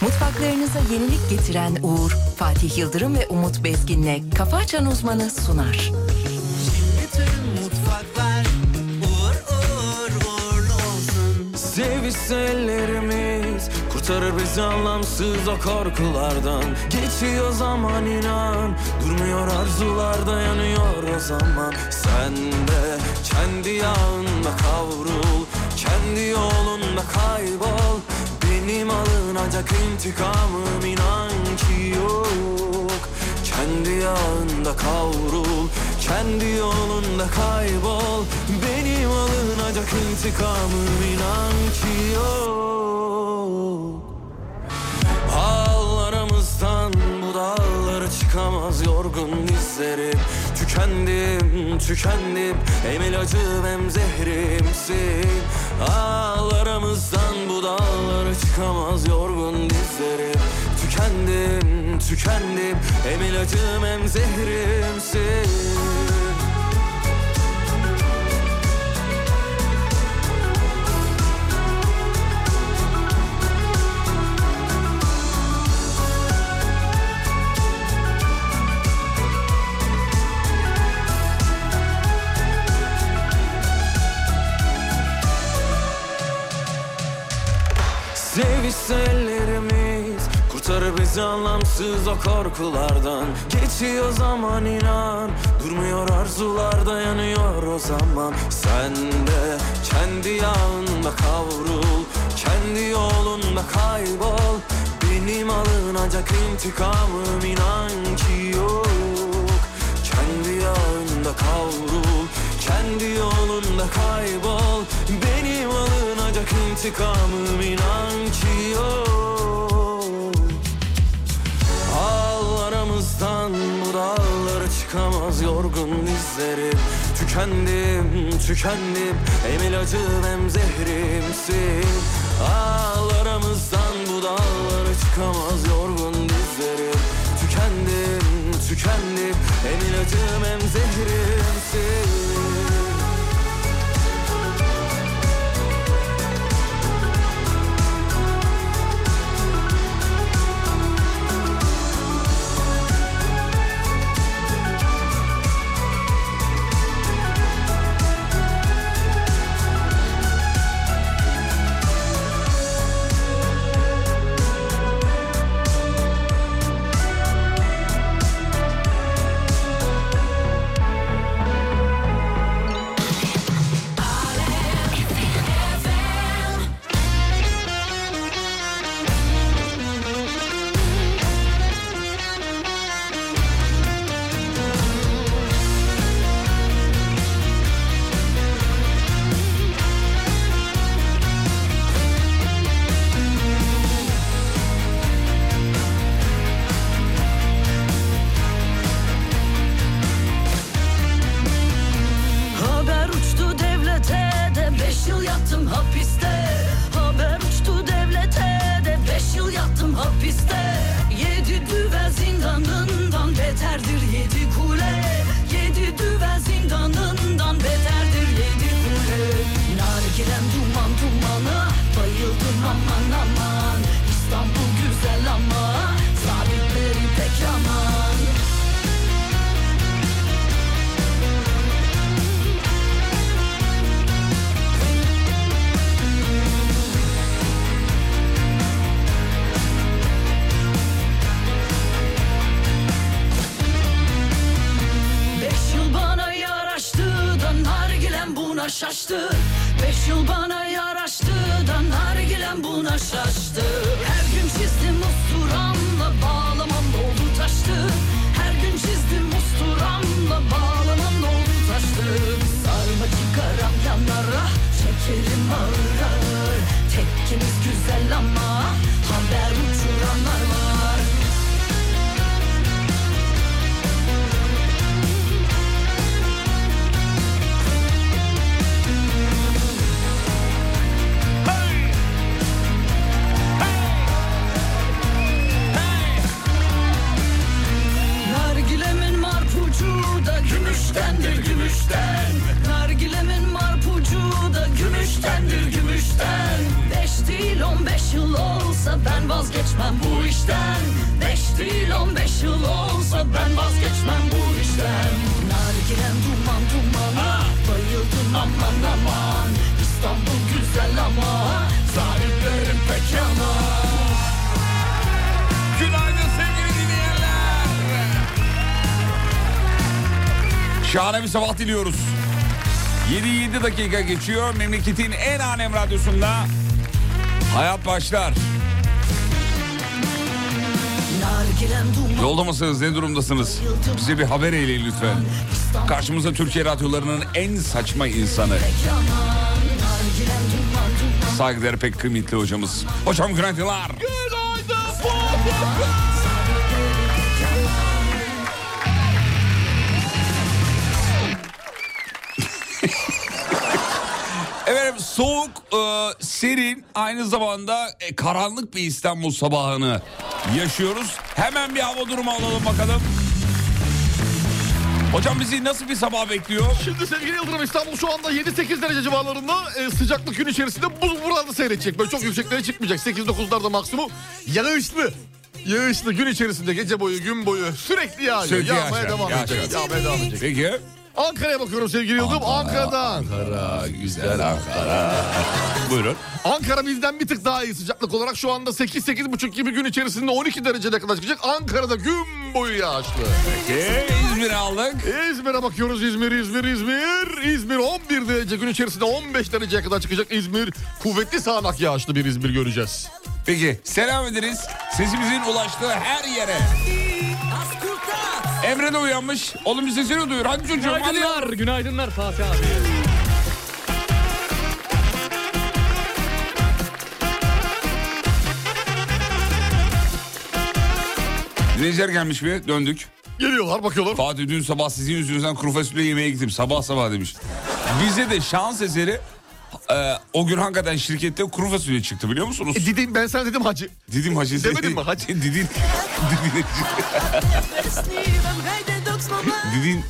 Mutfaklarınıza yenilik getiren Uğur, Fatih Yıldırım ve Umut Bezgin'le Kafa Açan Uzmanı sunar. Sevişse ellerimiz Kurtarır bizi anlamsız o korkulardan Geçiyor zaman inan Durmuyor arzular dayanıyor o zaman Sen de kendi yağında kavrul Kendi yolunda kaybol Benim alınacak intikamım inan ki yok Kendi yağında kavrul Kendi yolunda kaybol Benim alınacak intikamım inan ki yok Ağlarımızdan bu dağlara çıkamaz yorgun dizlerim Tükendim, tükendim Hem ilacım hem zehrimsin Ağlarımızdan bu dağlara çıkamaz yorgun dizlerim Tükendim, tükendim Hem ilacım hem zehrimsin Sevişse ellerimiz Kurtarır bizi anlamsız o korkulardan Geçiyor zaman inan Durmuyor arzular dayanıyor o zaman Sen de kendi yağında kavrul Kendi yolunda kaybol Benim alınacak intikamım inan ki yok Kendi yağında kavrul Kendi yolunda kaybol Benim alınacak intikamım inan ki yok Ağlarımızdan bu dağlara çıkamaz yorgun dizlerim Tükendim, tükendim Hem ilacım hem zehrimsin Ağlarımızdan bu dağlara çıkamaz yorgun dizlerim Tükendim, tükendim Hem ilacım hem zehrimsin Haber uçtu devlete de beş yıl yattım hapiste. Haber uçtu devlete de beş yıl yattım hapiste. Yedi düvel zindanından beterdir yedi kule. Yedi düvel zindanından beterdir yedi kule. Nargilem duman dumana bayıldım aman aman. İstanbul güzel ama zabitleri pek aman. Beş yıl bana yaraştı da nargilem buna şaştı Beş yıl bana yaraştı da nargilem buna şaştı Her gün çizdim usturamla bağlamam doldu taştı Her gün çizdim usturamla bağlamam doldu taştı Sarma çıkaram yanlara çekerim ağır ağır Tekkimiz güzel ama haber uçuranlar var Nargilemin marpucu da gümüştendir gümüşten Nargilemin marpucu da gümüştendir gümüşten vazgeçmem bu işten Beş değil on beş yıl olsa ben vazgeçmem bu işten Nargilem duman duman Bayıldım aman aman İstanbul güzel ama Zahitlerim pek yaman Günaydın sevgili dinleyenler. Şahane bir sabah diliyoruz. 7-7 dakika geçiyor. Memleketin en alem radyosunda hayat başlar. Nargilem duman Yolda mısınız? Ne durumdasınız? Bize bir haber eyleyin lütfen. Karşımıza Türkiye radyolarının en saçma insanı. yaman Nargilem duman duman Saygıdeğer pek kıymetli hocamız. Hocam günaydınlar. Efendim soğuk, e, serin, aynı zamanda e, karanlık bir İstanbul sabahını yaşıyoruz. Hemen bir hava durumu alalım bakalım. Hocam bizi nasıl bir sabah bekliyor? Şimdi sevgili Yıldırım İstanbul şu anda 7-8 derece civarlarında e, sıcaklık gün içerisinde buz buralarda seyredecek. Böyle çok yükseklere çıkmayacak. 8-9'larda maksimum. Yağışlı. Yağışlı gün içerisinde gece boyu gün boyu sürekli yağıyor. Sürekli Şey, Yağmaya yağışlar, devam yağışlar. edecek. Yağmaya devam edecek. Peki. Ankara'ya bakıyorum sevgili Yıldırım. Ankara'dan. Ankara, güzel Ankara. Buyurun. Ankara bizden bir tık daha iyi sıcaklık olarak. Şu anda 8-8,5 gibi gün içerisinde 12 derecede kadar çıkacak. Ankara'da gün boyu yağışlı. Peki. İzmir'i aldık. İzmir'e bakıyoruz. İzmir, İzmir, İzmir. İzmir 11 derece. Gün içerisinde 15 dereceye kadar çıkacak İzmir. Kuvvetli sağanak yağışlı bir İzmir göreceğiz. Peki selam ederiz. Sesimizin ulaştığı her yere. Emre de uyanmış. Oğlum bir sesini duyur. Hadi çocuğum hadi. Günaydınlar, günaydınlar Fatih abi. Dinleyiciler gelmiş mi? Döndük. Geliyorlar bakıyorlar. Fatih dün sabah sizin yüzünüzden kuru fasulye yemeye gittim. Sabah sabah demiş. Bize de şans eseri e, o gün hakikaten şirkette kuru fasulye çıktı biliyor musunuz? E, dedim ben sana dedim hacı. Didim hacı. Demedin mi hacı? Didin. Didin. Didin.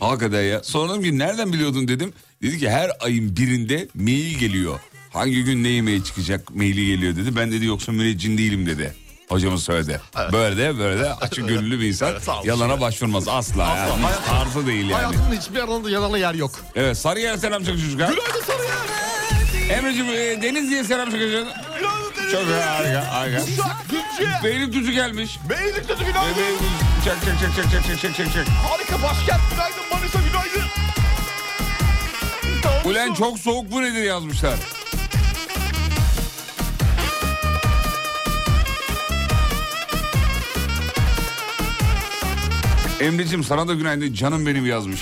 Hakikaten ya. Sonra dedim ki nereden biliyordun dedim. Dedi ki her ayın birinde mail geliyor. Hangi gün ne yemeğe çıkacak maili geliyor dedi. Ben dedi yoksa müneccin değilim dedi. Hocamız söyledi. Böyle de böyle de açık gönüllü bir insan Evet, sağ olsun. yalana başvurmaz asla. Asla, yani. hayat- Tarzı değil yani. Hayatının hiçbir alanında yalana yer yok. Evet Sarıyer'e selam çakın çocuklar. Günaydın sana ya. Emre'cim e, Denizli'ye selam çakın çocuklar. Günaydın dedim. Çok harika harika. Uşak, Gülce, Beylikdüzü gelmiş. Beylikdüzü günaydın. Beylikdüzü çak çak çak çak çak çak çak çak. Harika başkent günaydın. Manisa günaydın. Tamam, Ulan dur. çok soğuk bu nedir yazmışlar. Emre'cim sana da günaydın canım benim yazmış.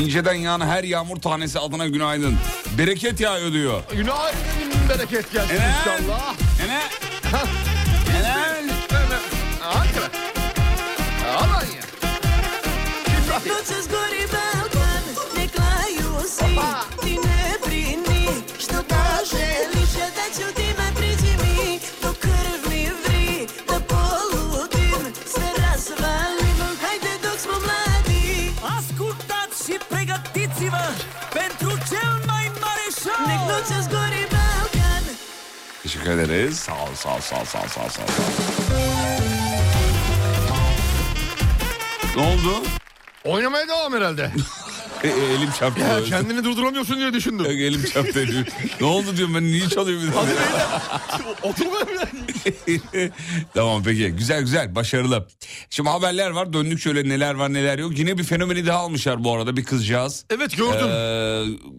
İnceden yağan her yağmur tanesi adına günaydın. Bereket yağıyor diyor. Günaydın bereket gelsin Eren. inşallah. Ene. Ene. Ankara. Alanya. İbrahim. Ascultați și pregătiți-vă pentru cel mai mare show! Ne gluceți guri Balkan! Teşekkür ederiz. Sağ ol, sağ ol, sağ ol, sağ ol, sağ ol, sağ ol. Ne oldu? Oynamaya devam herhalde. E, e, elim çarptı. Ya Özür kendini durduramıyorsun diye düşündüm. dilerim. Elim çarptı. diyor. ne oldu diyorum ben niye çalıyor bir Hadi daha? beyler. Oturma bile. tamam peki güzel güzel başarılı. Şimdi haberler var döndük şöyle neler var neler yok. Yine bir fenomeni daha almışlar bu arada bir kızcağız. Evet Ee, gördüm.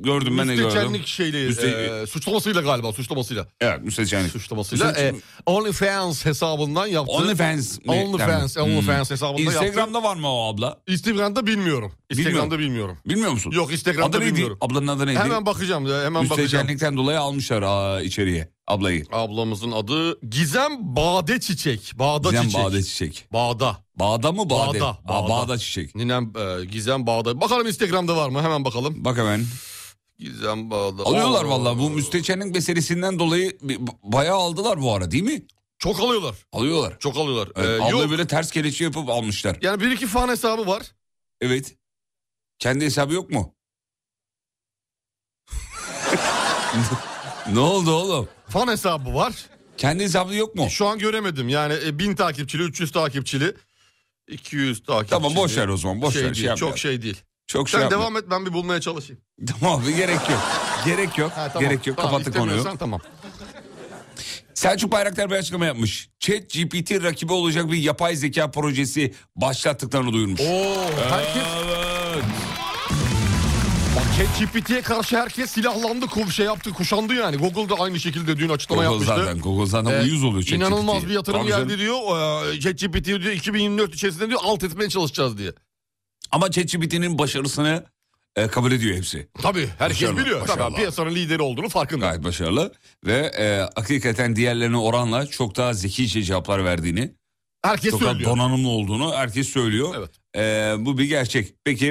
gördüm ben de gördüm. Müsteçenlik şeyle, Müste- e, suçlamasıyla galiba, suçlamasıyla. Evet müsteçenlik. Suçlamasıyla. E, OnlyFans hesabından yaptı. OnlyFans. mi? OnlyFans, Tamam. Hmm. OnlyFans hesabından yaptı. Instagram'da var mı o abla? Instagram'da bilmiyorum. Instagram'da bilmiyorum. Bilmiyor musun? Yok, Instagram'da adı neydi? bilmiyorum. Ablanın adı neydi? Hemen bakacağım, ya, hemen bakacağım. Müsteçenlikten dolayı almışlar aa, içeriye ablayı. Ablamızın adı Gizem Bade Çiçek. Bağda Gizem Çiçek. Bağda Çiçek. Bağda. Bağda mı Bağda? Bağda, Bağda. Bağda. Bağda Çiçek. Ninem e, Gizem Bağda. Bakalım Instagram'da var mı? Hemen bakalım. Bak hemen. Gizem Bağda. Alıyorlar Oo. vallahi bu müsteçenlik meselesinden dolayı bi- bayağı aldılar bu ara değil mi? Çok alıyorlar. Alıyorlar. Çok alıyorlar. Evet, Ee, abla yok. böyle ters kelepçe yapıp almışlar. Yani bir iki fan hesabı var. Evet. Kendi hesabı yok mu? Ne oldu oğlum? Fan hesabı var. E, Kendi hesabı yok mu? Şu an göremedim. Yani e, 1000 takipçili, 300 takipçili, 200 takipçili. Tamam, boş ver o zaman, boş ver, şey şey değil, yapmayalım. Çok şey değil. Çok şey Sen yapma. devam et ben bir bulmaya çalışayım. Tamam abi gerek yok. Gerek yok. Ha, Gerek yok. Tamam, Kapattık konuyu. istemiyorsan tamam. Selçuk Bayraktar bir açıklama yapmış. Chat GPT rakibi olacak bir yapay zeka projesi başlattıklarını duyurmuş. Ee, Oo, herkes... Bak ChatGPT'ye karşı herkes silahlandı, kuv şey yaptı, kuşandı yani. Google da aynı şekilde dün açıklama Google yapmıştı. zaten, Google zaten Ee, uyuz oluyor ChatGPT'ye. İnanılmaz bir yatırım Tabii canım. geldi diyor. Ee, ChatGPT diyor 2024 içerisinde diyor alt etmeye çalışacağız diye. Ama ChatGPT'nin başarısını e, kabul ediyor hepsi. Tabii herkes Başarılı, biliyor. başarılı. Tabii piyasanın lideri olduğunu farkında. Gayet başarılı. Ve e, hakikaten diğerlerine oranla çok daha zekice cevaplar verdiğini, Herkes çok söylüyor. daha donanımlı olduğunu herkes söylüyor. Evet. E, bu bir gerçek. Peki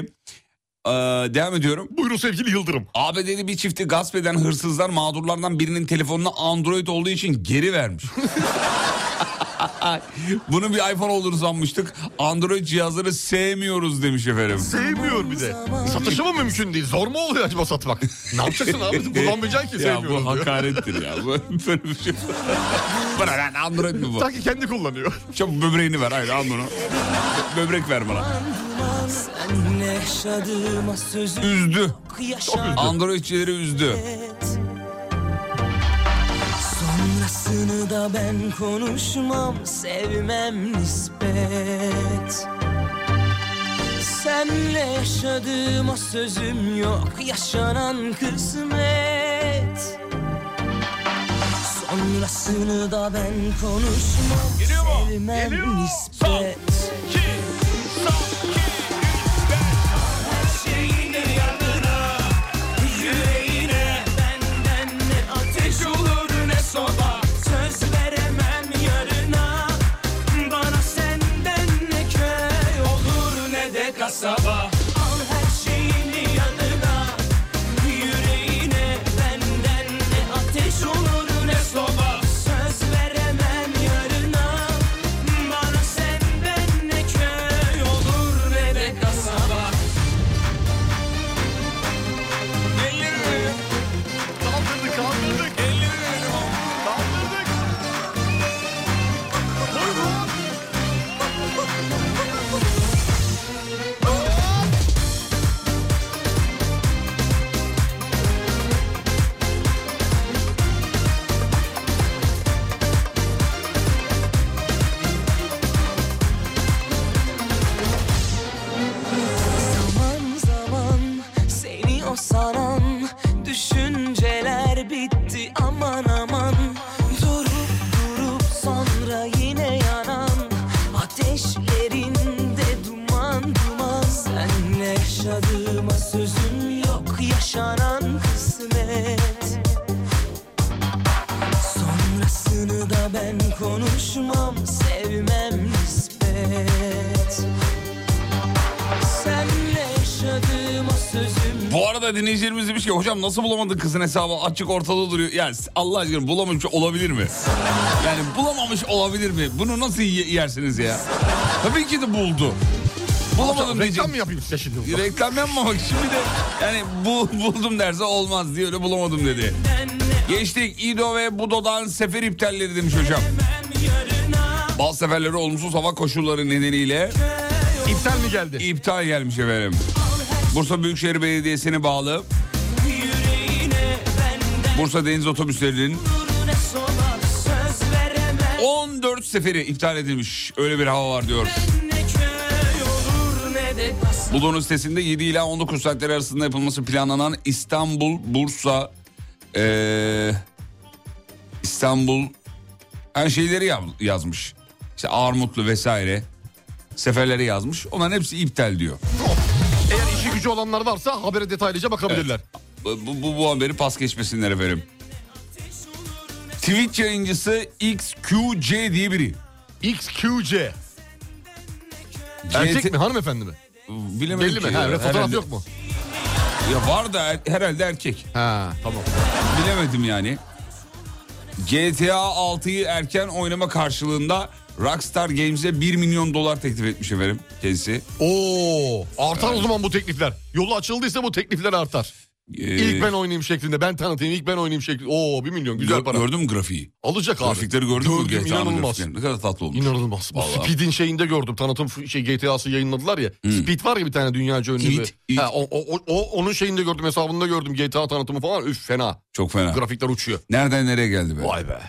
e, devam ediyorum. Buyurun sevgili Yıldırım. ABD'li bir çifti gasp eden hırsızlar mağdurlardan birinin telefonuna Android olduğu için geri vermiş. Bunun bir iPhone olduğunu sanmıştık. Android cihazları sevmiyoruz demiş efendim. Sevmiyor bir de. Satışı mı mümkün değil? Zor mu oluyor acaba satmak? ne yapacaksın abi? Kullanmayacaksın ki Ya bu sevmiyorum diyor. hakarettir ya. Bu- Böyle bir şey. Bana lan Android mi bu? Sanki kendi kullanıyor. Çabuk böbreğini ver. Hayır al bunu. Böbrek ver bana. Senle yaşadığıma sözüm Üzdü. yok yaşa Androidçileri üzdü. et. Sonrasını da ben konuşmam sevmem nispet Senle yaşadığıma sözüm yok yaşanan kısmet Sonrasını da ben konuşmam sevmem nispet Yüreğine benden ne ateş olur ne soba Söz veremem yarına Bana senden ne köy olur ne de kasaba Al her şeyini yanına Yüreğine benden ne ateş olur ne soba Söz veremem yarına Bana senden ne köy olur ne de kasaba Kaldırdık, kaldırdık. Kaldırdık. Buyurun. Zaman zaman seni o sanan düşünceler bitti aman aman Durup durup sonra yine yanan ateşlerinde duman duman Senle yaşadığıma sözüm yok yaşanan kısmet Sonrasını da ben konuşmam sevmem nispet Senle yaşadığıma sözüm Bu arada dinleyicilerimiz demiş ki hocam nasıl bulamadın kızın hesabı açık ortada duruyor. Yani Allah aşkına bulamamış olabilir mi? Yani bulamamış olabilir mi? Bunu nasıl ye- yersiniz ya? Tabii ki de buldu. Bulamadım Reklam diyeceğim. mı yapayım size şimdi? burada? Reklam yapmamak şimdi de yani bu, buldum derse olmaz diye öyle bulamadım dedi. Geçtik İdo ve Budo'dan sefer iptalleri demiş hocam. Bazı seferleri olumsuz hava koşulları nedeniyle İptal mi geldi? iptal gelmiş efendim. Bursa Büyükşehir Belediyesi'ne bağlı yüreğine benden Bursa Deniz Otobüsleri'nin dur ne sola söz veremem 14 seferi iptal edilmiş. Öyle bir hava var diyor. ne köy olur ne de kasaba Bulunun sitesinde 7 ila 19 saatleri arasında yapılması planlanan İstanbul, Bursa, eee, İstanbul her şeyleri yaz- yazmış. İşte Armutlu vesaire seferleri yazmış. Onların hepsi iptal diyor. Eğer işi gücü olanlar varsa habere detaylıca bakabilirler. Bu, bu, bu haberi pas geçmesinler efendim. Twitch yayıncısı XQC diye biri. XQC. Erkek GT mi hanımefendi mi? Bilemedim Belli mi? ki. Ha, fotoğraf Herhalde- yok mu? Ya var da her- herhalde erkek. Ha tamam. Bilemedim yani. GTA 6'yı erken oynama karşılığında Rockstar Games'e 1 milyon dolar teklif etmiş efendim kendisi. Oo, artar o zaman bu teklifler. Yolu açıldıysa bu teklifler artar. Ee, İlk ben oynayayım şeklinde. Ben tanıtayım ilk ben oynayayım şeklinde. Oo 1 milyon güzel gör- para. Gördün mü grafiği? Alacak abi. Grafikleri gördün mü? Gördüm, GTA'nın inanılmaz. grafiklerini? Ne kadar tatlı olmuş. İnanılmaz. Bu Vallahi. Hmm. Speed'in şeyinde gördüm. Tanıtım f- şey GTA'sı yayınladılar ya. Speed var ya bir tane dünyaca ünlü. It, bir- it. Ha, o, o, o- o- onun şeyinde gördüm hesabında gördüm GTA tanıtımı falan. Üf fena. Çok fena. Grafikler uçuyor. Nereden nereye geldi be? Vay be.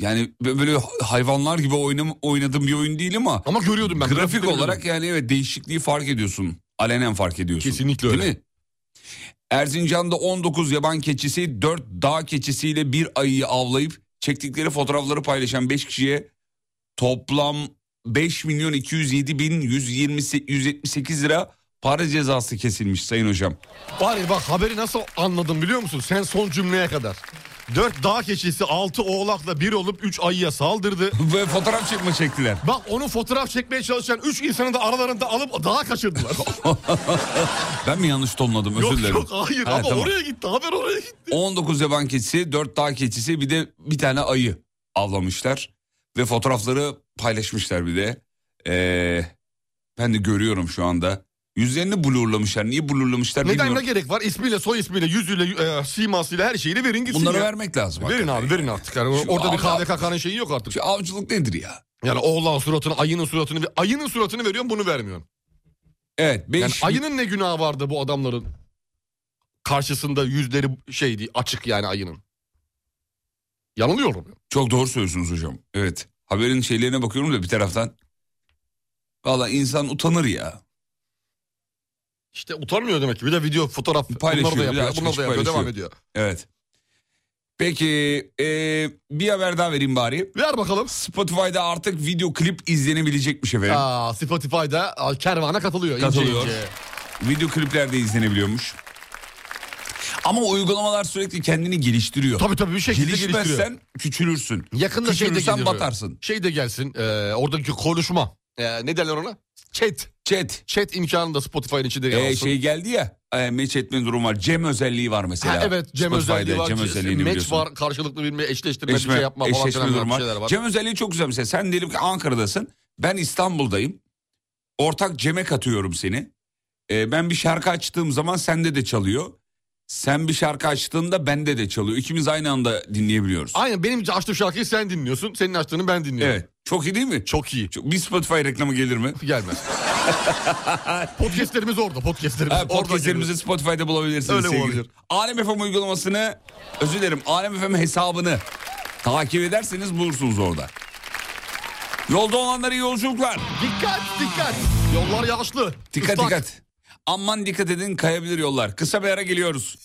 Yani bö- böyle hayvanlar gibi oynam, oynadığım bir oyun değil ama, Ama görüyordum ben. grafik grafikleri olarak görüyordum. yani evet değişikliği fark ediyorsun. Alenen fark ediyorsun. Kesinlikle öyle. Değil mi? Erzincan'da 19 yaban keçisi 4 dağ keçisiyle bir ayıyı avlayıp çektikleri fotoğrafları paylaşan 5 kişiye toplam 5 milyon 207 bin 178 lira para cezası kesilmiş sayın hocam. Bari bak haberi nasıl anladım biliyor musun? Sen son cümleye kadar. Dört dağ keçisi altı oğlakla bir olup üç ayıya saldırdı. Ve fotoğraf çekme çektiler. Bak onu fotoğraf çekmeye çalışan üç insanı da aralarında alıp dağa kaçırdılar. Ben mi yanlış tonladım özür yok dilerim. yok hayır Ha, ama tamam. oraya gitti haber oraya gitti. 19 yaban keçisi, 4 dağ keçisi bir de bir tane ayı avlamışlar. Ve fotoğrafları paylaşmışlar bir de. Ee, ben de görüyorum şu anda. Yüzlerini blurlamışlar. Niye blurlamışlar Neden ne bilmiyorum. gerek var? İsmiyle, soy ismiyle, yüzüyle, e, simasıyla her şeyini verin gitsin Bunları ya. vermek lazım. Verin hakikaten. abi verin artık. Yani Şu orada bir Allah- KVKK'nın şeyi yok artık. Şu avcılık nedir ya? Yani oğlan suratını, ayının suratını, ayının suratını veriyorsun bunu vermiyorsun. Evet. Beş Yani ayının ne günahı vardı bu adamların? Karşısında yüzleri şeydi açık yani ayının. Yanılıyorum. Çok doğru söylüyorsunuz hocam. Evet. Haberin şeylerine bakıyorum da bir taraftan. Valla insan utanır ya. İşte utanmıyor demek ki. Bir de video, fotoğraf Paylaşıyor, bunları da bir de yapıyor. açık Bunları da açık yapıyor, devam paylaşıyor. ediyor. Evet. Peki ee, bir haber daha vereyim bari. Ver bakalım. Spotify'da artık video klip izlenebilecekmiş efendim. Aa, Spotify'da aa, kervana katılıyor. ince Katılıyor. ince. Video klipler de izlenebiliyormuş. Ama uygulamalar sürekli kendini geliştiriyor. Tabii tabii bir şekilde geliştiriyor. Gelişmezsen küçülürsün. Yakında şey de Küçülürsen gelir. batarsın. Şey de gelsin. e, oradaki konuşma. E, ne derler ona? Chat. Chat. Chat imkanı da Spotify'ın içinde yer Ee, alsın. şey geldi ya. E, match etme durumu var. Cem özelliği var mesela. Ha, evet Cem Spotify'da özelliği var. Cem özelliğini Match biliyorsun. var. Karşılıklı bir eşleştirme Eşme, bir şey yapma falan eşleşme filan durumu bir var. şeyler var. Cem özelliği çok güzel mesela. Sen diyelim ki Ankara'dasın. Ben İstanbul'dayım. Ortak Cem'e katıyorum seni. Ee, ben bir şarkı açtığım zaman sende de çalıyor. Sen bir şarkı açtığında bende de çalıyor. İkimiz aynı anda dinleyebiliyoruz. Aynen benim açtığım şarkıyı sen dinliyorsun. Senin açtığını ben dinliyorum. Evet. Çok iyi değil mi? Çok iyi. Çok- Bir Spotify reklamı gelir mi? Gelmez. podcastlerimiz orada. Podcastlerimiz Ha, orada. podcastlerimizi Spotify'da bulabilirsiniz. Öyle sevgili. olabilir. Alem FM uygulamasını, özür dilerim Alem FM hesabını takip ederseniz bulursunuz orada. Yolda olanlara iyi yolculuklar. gelir. Dikkat dikkat. Yollar yağışlı. Dikkat Islak. dikkat. Aman dikkat edin kayabilir yollar. Kısa bir ara geliyoruz.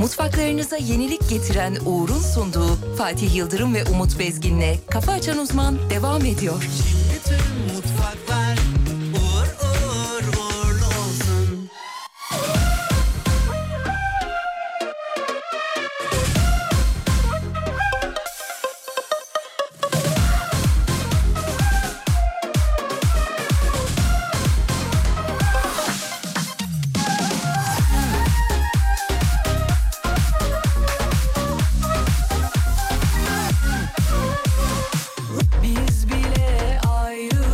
Mutfaklarınıza yenilik getiren Uğur'un sunduğu Fatih Yıldırım ve Umut Bezgin'le Kafa Açan Uzman devam ediyor. Bütün mutfaklar uğur uğur uğurlu olsun. Biz bile ayrı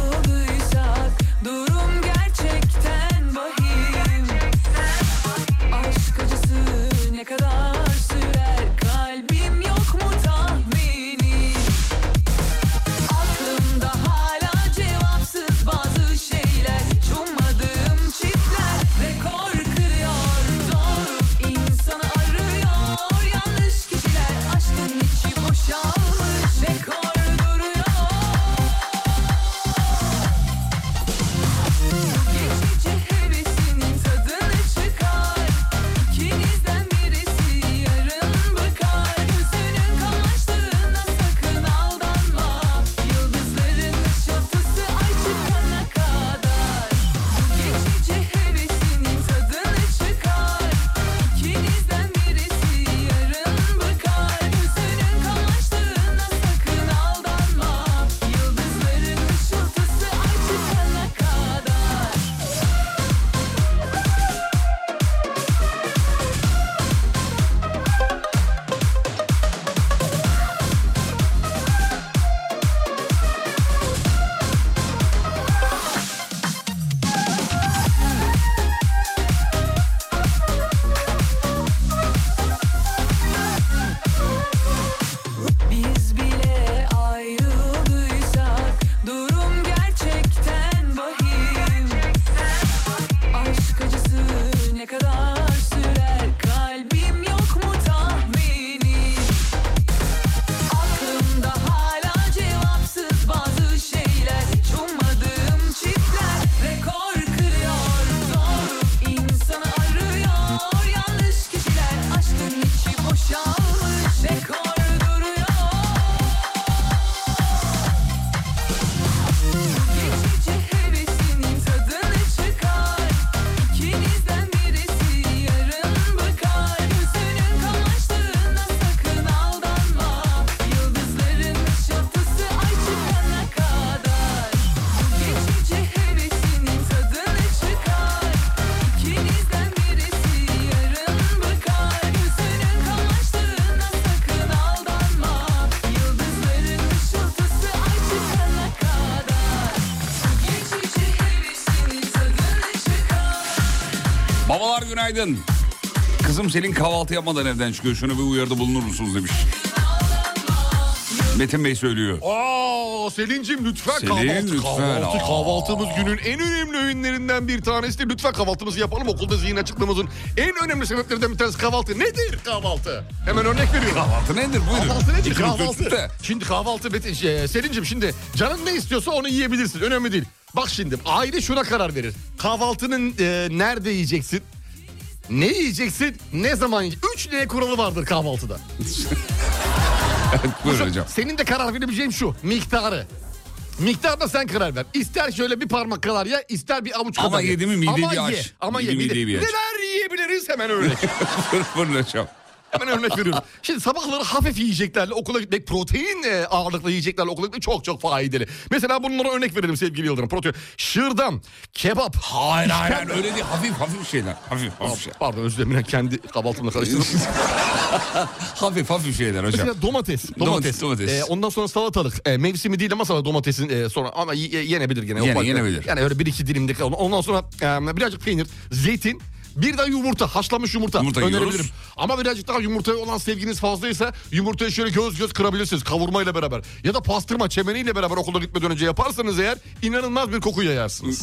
günaydın. Kızım senin kahvaltı yapmadan evden çıkıyor. Şuna bir uyarıda bulunur musunuz demiş. Metin Bey söylüyor. Oh. Aa Selin'cim lütfen Selin, kahvaltı, lütfen. kahvaltı Aa. kahvaltımız günün en önemli öğünlerinden bir tanesi. Lütfen kahvaltımızı yapalım. Okulda zihin açıklığımızın en önemli sebeplerinden bir tanesi kahvaltı. Nedir kahvaltı? Hemen örnek veriyorum. Kahvaltı nedir buyurun. Kahvaltı nedir? İki nokta Kahvaltı. üstte. Şimdi kahvaltı Metin, şey, Selin'cim şimdi canın ne istiyorsa onu yiyebilirsin. Önemli değil. Bak şimdi aile şuna karar verir. Kahvaltının e, nerede yiyeceksin? Ne yiyeceksin? Ne zaman yiyeceksin? 3 N kuralı vardır kahvaltıda. Evet, buyurun hocam. Senin de karar verebileceğim şu. Miktarı. Miktarda sen karar ver. İster şöyle bir parmak kadar ya, ister bir avuç Ama kadar ye. yedi mi mideyi Ama bir ye, aç. Ama ye. Yedi mide- mideyi bir aç. Neler yiyebiliriz hemen örnek. buyurun hocam. Hemen örnek veriyorum. Şimdi sabahları hafif yiyeceklerle okula gitmek, protein e, ağırlıklı yiyeceklerle okula gitmek çok çok faydalı. Mesela bunlara örnek verelim sevgili Yıldırım. Protein, şırdan, kebap. Hayır hayır hayır, öyle değil hafif hafif şeyler. Hafif hafif şeyler. Pardon özür dilerim yine kendi kahvaltımla karıştırdım. hafif hafif şeyler hocam. Mesela domates. Domates. Domates, domates. Ee, ondan sonra salatalık. Ee, mevsimi değil ama sana domatesin e, sonra ama y- y- yenebilir gene. Yene- Ufak- yenebilir. Yani öyle bir iki dilimde kalın. Ondan sonra e, birazcık peynir, zeytin. Bir de yumurta, haşlanmış yumurta. Yumurta yiyoruz. Önerebilirim. Ama birazcık daha yumurtaya olan sevginiz fazlaysa yumurtayı şöyle göz göz kırabilirsiniz kavurmayla beraber. Ya da pastırma çemeniyle beraber okula gitmeden önce yaparsanız eğer inanılmaz bir koku yayarsınız.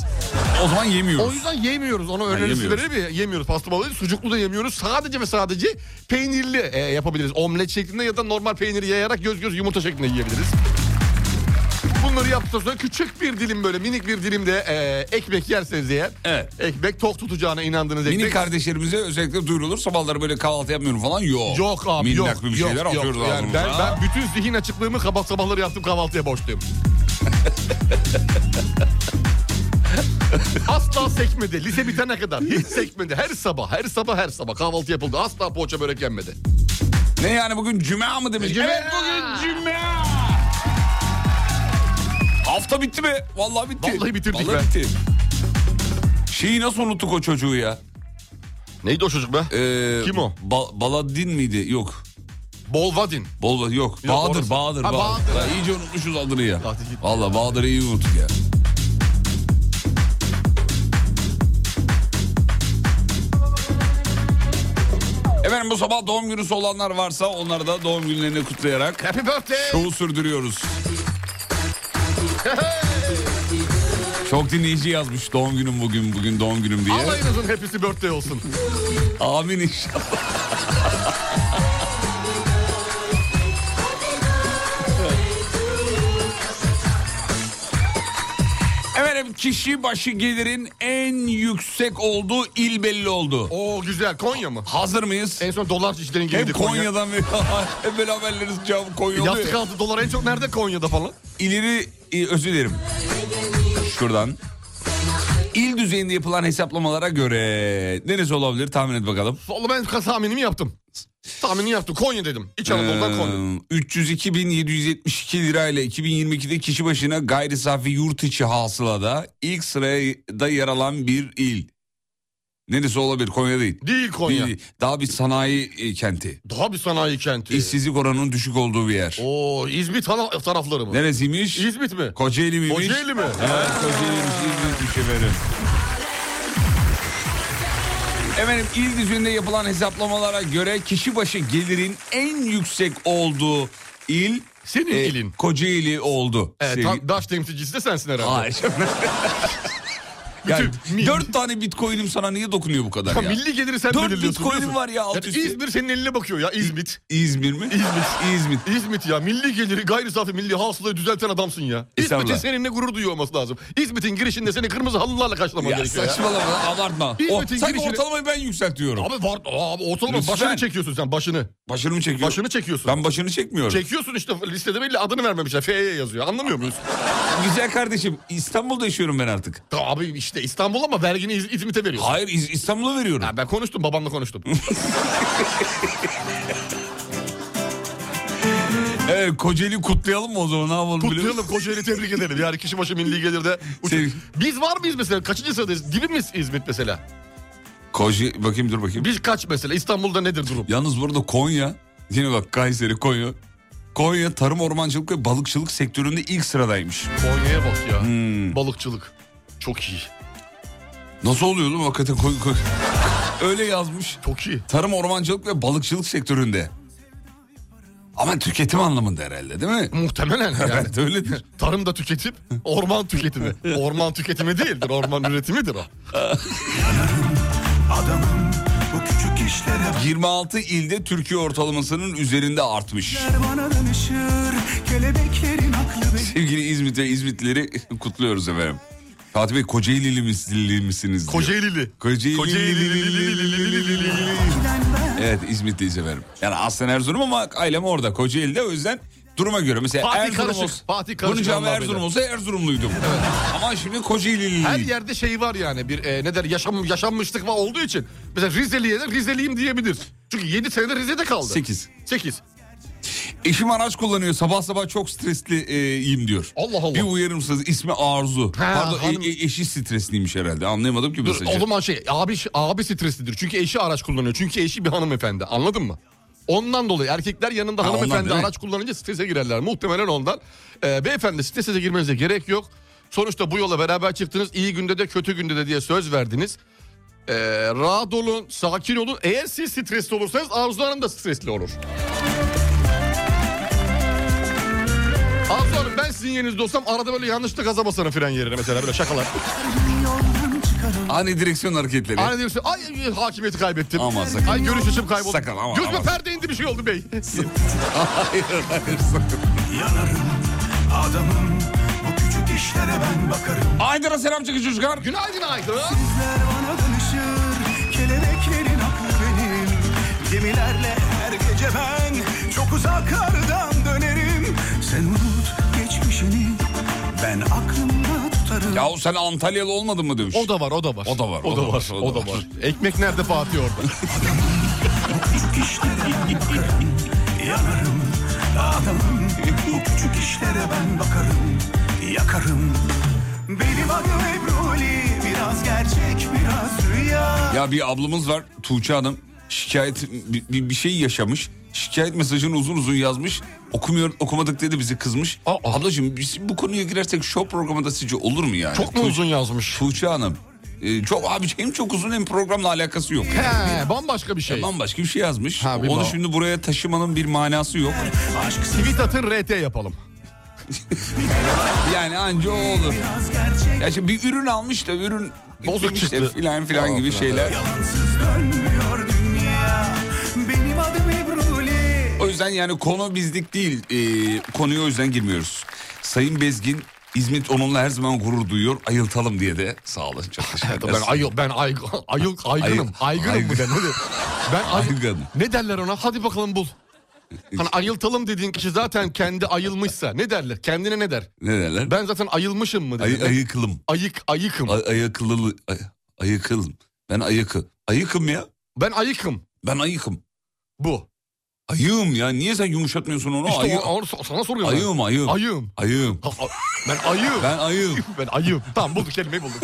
O zaman yemiyoruz. O yüzden yemiyoruz. Onu önerisi yemiyoruz. verelim mi? Yemiyoruz. Pastırmalı, sucuklu da yemiyoruz. Sadece ve sadece peynirli e, yapabiliriz. Omlet şeklinde ya da normal peyniri yayarak göz göz yumurta şeklinde yiyebiliriz. Bunları yaptıktan sonra küçük bir dilim böyle minik bir dilimde e, ekmek yerseniz eğer Evet. ekmek tok tutacağına inandığınız Mini ekmek. kardeşlerimize özellikle duyurulur. Sabahları böyle kahvaltı yapmıyorum falan yok. yok abi Minnak yok. bir yok, şeyler yok. atıyoruz Yani ben, ağzımıza. ben bütün zihin açıklığımı kabah sabahları yaptım kahvaltıya borçluyum. Asla sekmedi. Lise bitene kadar hiç sekmedi. Her sabah, her sabah, her sabah kahvaltı yapıldı. Asla poğaça börek yenmedi. Ne yani bugün cuma mı demiş? Cuma! Evet bugün cuma. Hafta bitti mi? Vallahi bitti. Vallahi bitirdik Vallahi be. bitti. Şeyi nasıl unuttuk o çocuğu ya? Neydi o çocuk be? Ee, Kim o? Ba- Baladin miydi? Yok. Bolvadin. Bol yok. Yok, Bahadır, orası- Bahadır, Ha, Bahadır. Bahadır. Ya iyice unutmuşuz adını ya. Hadi git. Vallahi Bahadır'ı iyi unuttuk ya. Efendim bu sabah doğum günüsü olanlar varsa onları da doğum günlerini kutlayarak Happy birthday. şovu sürdürüyoruz. Çok dinleyici yazmış doğum günüm bugün, bugün doğum günüm diye. Alayınızın hepsi birthday olsun. Amin inşallah. Efendim kişi başı gelirin en yüksek olduğu il belli oldu. Oo güzel. Konya mı? Hazır mıyız? En son dolar işlerin Hem geldi Konya. Konya'dan ve hep böyle haberleriniz cevap Konya oluyor. Yastık altı dolar en çok nerede Konya'da falan? İleri e, özür dilerim. Şuradan. İl düzeyinde yapılan hesaplamalara göre neresi olabilir tahmin et bakalım. Vallahi ben tahminimi yaptım. Tahminimi yaptım. Konya dedim. İç Anadolu'dan Konya. Ee, 302.772 lirayla 2022'de kişi başına gayri safi yurt içi hasılada ilk sırada yer alan bir il. Neresi olabilir? Konya değil. Değil Konya. Değil. Daha bir sanayi e, kenti. Daha bir sanayi kenti. İşsizlik oranının düşük olduğu bir yer. Oo İzmit tara- tarafları mı? Neresiymiş? İzmit mi? Kocaeli miymiş? Kocaeli mi? Evet Kocaeli'ymiş, İzmit'miş efendim. Efendim il düzeyinde yapılan hesaplamalara göre kişi başı gelirin en yüksek olduğu il e, Senin ilin. Kocaeli oldu. Evet, Sevgili- tam DAŞ temsilcisi de sensin herhalde. Hayır. yani Bütün mil- dört tane bitcoin'im sana niye dokunuyor bu kadar Ya ya? milli geliri sen Dört belirliyorsun. bitcoin biliyorsun. var ya, alt Yani üstü. İzmir senin eline bakıyor ya İzmit. İzmir mi? İzmit. İzmit. İzmit ya milli geliri gayri safi milli hasılayı düzelten adamsın ya. İzmit'in Estağfurullah. seninle gurur duyuyor olması lazım. İzmit'in girişinde seni kırmızı halılarla karşılaman Ya gerekiyor ya. saçmalama lan, abartma. Oh, İzmit'in O, sanki girişini- ortalamayı ben yükseltiyorum. Abi var abi ortalama Lütfen. başını çekiyorsun sen başını. Başını mı çekiyorum? Başını çekiyorsun. Ben başını çekmiyorum. Çekiyorsun işte listede belli adını vermemişler. F'ye yazıyor. Anlamıyor muyuz? Güzel kardeşim İstanbul'da yaşıyorum ben artık. Abi işte İstanbul ama vergini İz- İzmit'e veriyorsun. Hayır İz- İstanbul'a veriyorum. Ha, ben konuştum babamla konuştum. Evet Kocaeli kutlayalım mı o zaman ne yapalım biliyor musun? Kutlayalım Kocaeli tebrik edelim. Yani kişi başı milli gelirde. uçuk- Sev- Biz var mıyız mesela? Kaçıncı sıradayız? Gibi miyiz İzmit mesela? Koje bakayım dur bakayım. Biz kaç mesela? İstanbul'da nedir durum? Yalnız burada Konya yine bak Kayseri Konya. Konya tarım ormancılık ve balıkçılık sektöründe ilk sıradaymış. Hmm. Konya'ya bak ya. Balıkçılık. Çok iyi. Nasıl oluyor oğlum hakikaten Konya, Konya- Öyle yazmış. Çok iyi. Tarım, ormancılık ve balıkçılık sektöründe. Ama tüketim anlamında herhalde değil mi? Muhtemelen yani. Evet öyledir. Tarım da tüketim, orman tüketimi. Orman tüketimi değildir, orman üretimidir o. 26 ilde Türkiye ortalamasının üzerinde artmış. Sevgili İzmit ve İzmitlileri kutluyoruz efendim. Fatih Bey Kocaeli'li misli- misiniz diyor. Kocaelili. Kocaeli. Kocaelili. Evet İzmit'teyiz efendim. Yani aslen Erzurum ama ailem orada. Kocaeli'de o yüzden duruma göre. Mesela Fatih Erzurum karışık, olsa, Fatih karışık bunun cevabı Allah'ım Erzurum bilir. olsa Erzurumluydum. Ama şimdi Kocaeli'liyim. Her yerde şey var yani bir e, ne der yaşam, yaşanmışlık var olduğu için. Mesela Rizeli'ye de Rizeliyim diyebilir. Çünkü 7 senede Rize'de kaldı. 8. 8. Eşim araç kullanıyor sabah sabah çok stresliyim diyor. Allah Allah. Bir uyarımsız ismi Arzu. Ha, Pardon hanım- e- e- eşi stresliymiş herhalde anlayamadım ki Dur mesajı. o zaman şey abi abi streslidir. Çünkü eşi araç kullanıyor. Çünkü eşi bir hanımefendi. Anladın mı? Ondan dolayı erkekler yanında Ha, ondan hanımefendi değil mi? araç kullanınca strese girerler. Muhtemelen ondan. Ee, beyefendi strese de girmenize gerek yok. Sonuçta bu yola beraber çıktınız. İyi günde de kötü günde de diye söz verdiniz. Ee, rahat olun, sakin olun. Eğer siz stresli olursanız Arzu Hanım da stresli olur. Arzu Hanım ben sizin yerinizde olsam arada böyle yanlışlıkla gaza basarım fren yerine mesela böyle şakalar. Ani direksiyon hareketleri. Aynen diyorsun. Ay ay, hakimiyeti kaybettim. Aman sakın. Ay görüş açım kayboldu. Sakın, aman, Gözüme aman. perde indi bir şey oldu bey. hayır hayır sakın. Adamım bu küçük işlere ben bakarım Aydın'a selam çıkın çocuklar. Günaydın Aydın. Bizler bana danışır Kelebeklerin aklı benim Gemilerle her gece ben Çok uzaklardan dönerim Sen unut geçmişini Ben aklımda tutarım Yahu sen Antalyalı olmadın mı demiş. O da var, o da var. O da var, O da var, o da var. Ekmek nerede Fatih orada. Küçük işlere ben bakarım Yanarım Adamım bu küçük işlere ben bakarım Yakarım Benim adım Ebruli Biraz gerçek biraz rüya Ya bir ablamız var Tuğçe Hanım. Şikayet bir, bir- bir şey yaşamış. Şikayet mesajını uzun uzun yazmış. Okumuyor, okumadık dedi bizi kızmış. Ablacığım biz bu konuya girersek show programında sizce olur mu yani? Çok mu Tuğ- uzun yazmış? Tuğçe Hanım. e, çok abi hem çok uzun hem programla alakası yok. He, bambaşka bir şey. Bambaşka bir şey yazmış. Ha, bir Onu bağ- şimdi buraya taşımanın bir manası yok. Tweet atın RT yapalım. Yani anca o olur. Ya şimdi bir ürün almış da ürün Bozuk gitmiş de çıktı. Filan filan gibi şeyler. Yalansız dönmüyor dünya Benim adım Ebruli O yüzden yani konu bizlik değil. Ee, konuya o yüzden girmiyoruz. Sayın Bezgin İzmit onunla her zaman gurur duyuyor. Ayıltalım diye de sağ olun. Çok teşekkür Ben ederiz. ayıl, ben ay, ayıl, aygınım. Aygınım bu Aygın. Aygın. den. ne de- Ben ay- Aygın. Ne derler ona? Hadi bakalım bul. Hani ayıltalım dediğin kişi zaten kendi ayılmışsa ne derler? Kendine ne der? Ne derler? Ben zaten ayılmışım mı Ay, dedi. ayıklım. Ayık, ayıkım. Ay, ayıklılı. Ay, ayıkılım. Ben ayıkı. Ayıkım ya. Ben ayıkım. Ben ayıkım. Bu. Ayığım ya. Niye sen yumuşatmıyorsun onu? İşte Ayı- o- onu so- sana soruyorum. ben. ayığım, ayığım. Ayığım. Ayığım. Ha, a- Ben ayığım. Ben, Ben ayığım. ayığım. Tamam bulduk kelimeyi bulduk.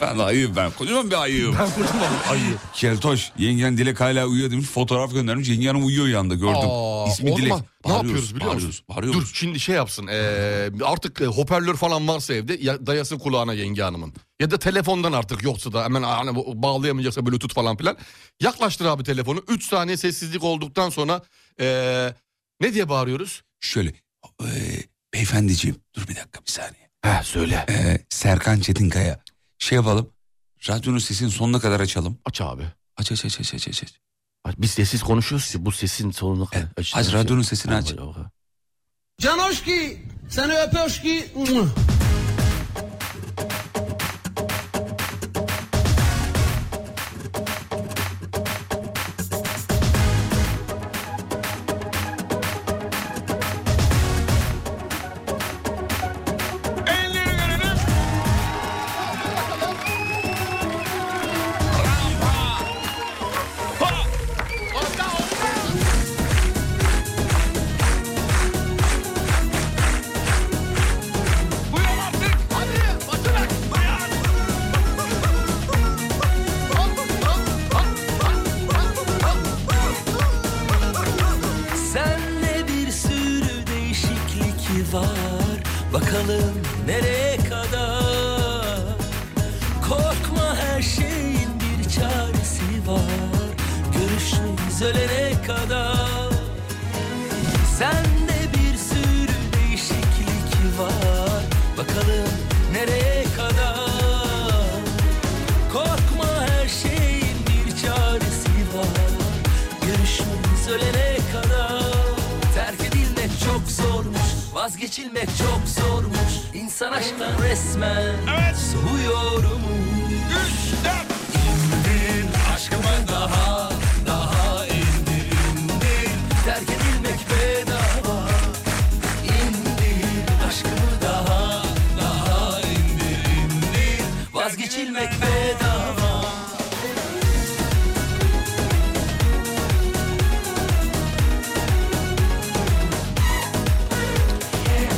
Ben ayığım ben. Kocaman bir ayığım. Ben kurtulmadım ayığım. Keltoş. Yengen Dilek hala uyuyor demiş. Fotoğraf göndermiş. Yengen hanım uyuyor yanında gördüm. Aa, İsmi o Dilek. zaman Ne Bağırıyoruz, yapıyoruz biliyor musun? bağırıyoruz, bağırıyoruz. Dur şimdi şey yapsın. eee, artık e, hoparlör falan varsa evde ya, dayasın kulağına yenge hanımın. Ya da telefondan artık yoksa da hemen hani, bu- bağlayamayacaksa bluetooth falan filan. Yaklaştır abi telefonu. 3 saniye sessizlik olduktan sonra eee, ne diye bağırıyoruz? Şöyle. e, beyefendiciğim. Dur bir dakika bir saniye. Ha söyle. E, Serkan Çetinkaya. Şey yapalım. Radyonun sesini sonuna kadar açalım. Aç abi. Aç aç aç aç aç aç. aç. Biz sessiz konuşuyoruz ya bu sesin sonuna kadar. Aç radyonun sesini aç. Canoşki, seni öpöşki. Senle bir sürü değişiklik var Bakalım nereye kadar Korkma her şeyin bir çaresi var Görüşümüz ölene kadar Sende bir sürü değişiklik var Bakalım nereye kadar Korkma her şeyin bir çaresi var Görüşümüz ölene kadar Terk edilmek çok zormuş Vazgeçilmek çok zormuş İnsan aşktan resmen Soğuyormuş İndir aşkımı daha Daha indir indir Terk edilmek bedava İndir aşkımı daha Daha indir indir Vazgeçilmek bedava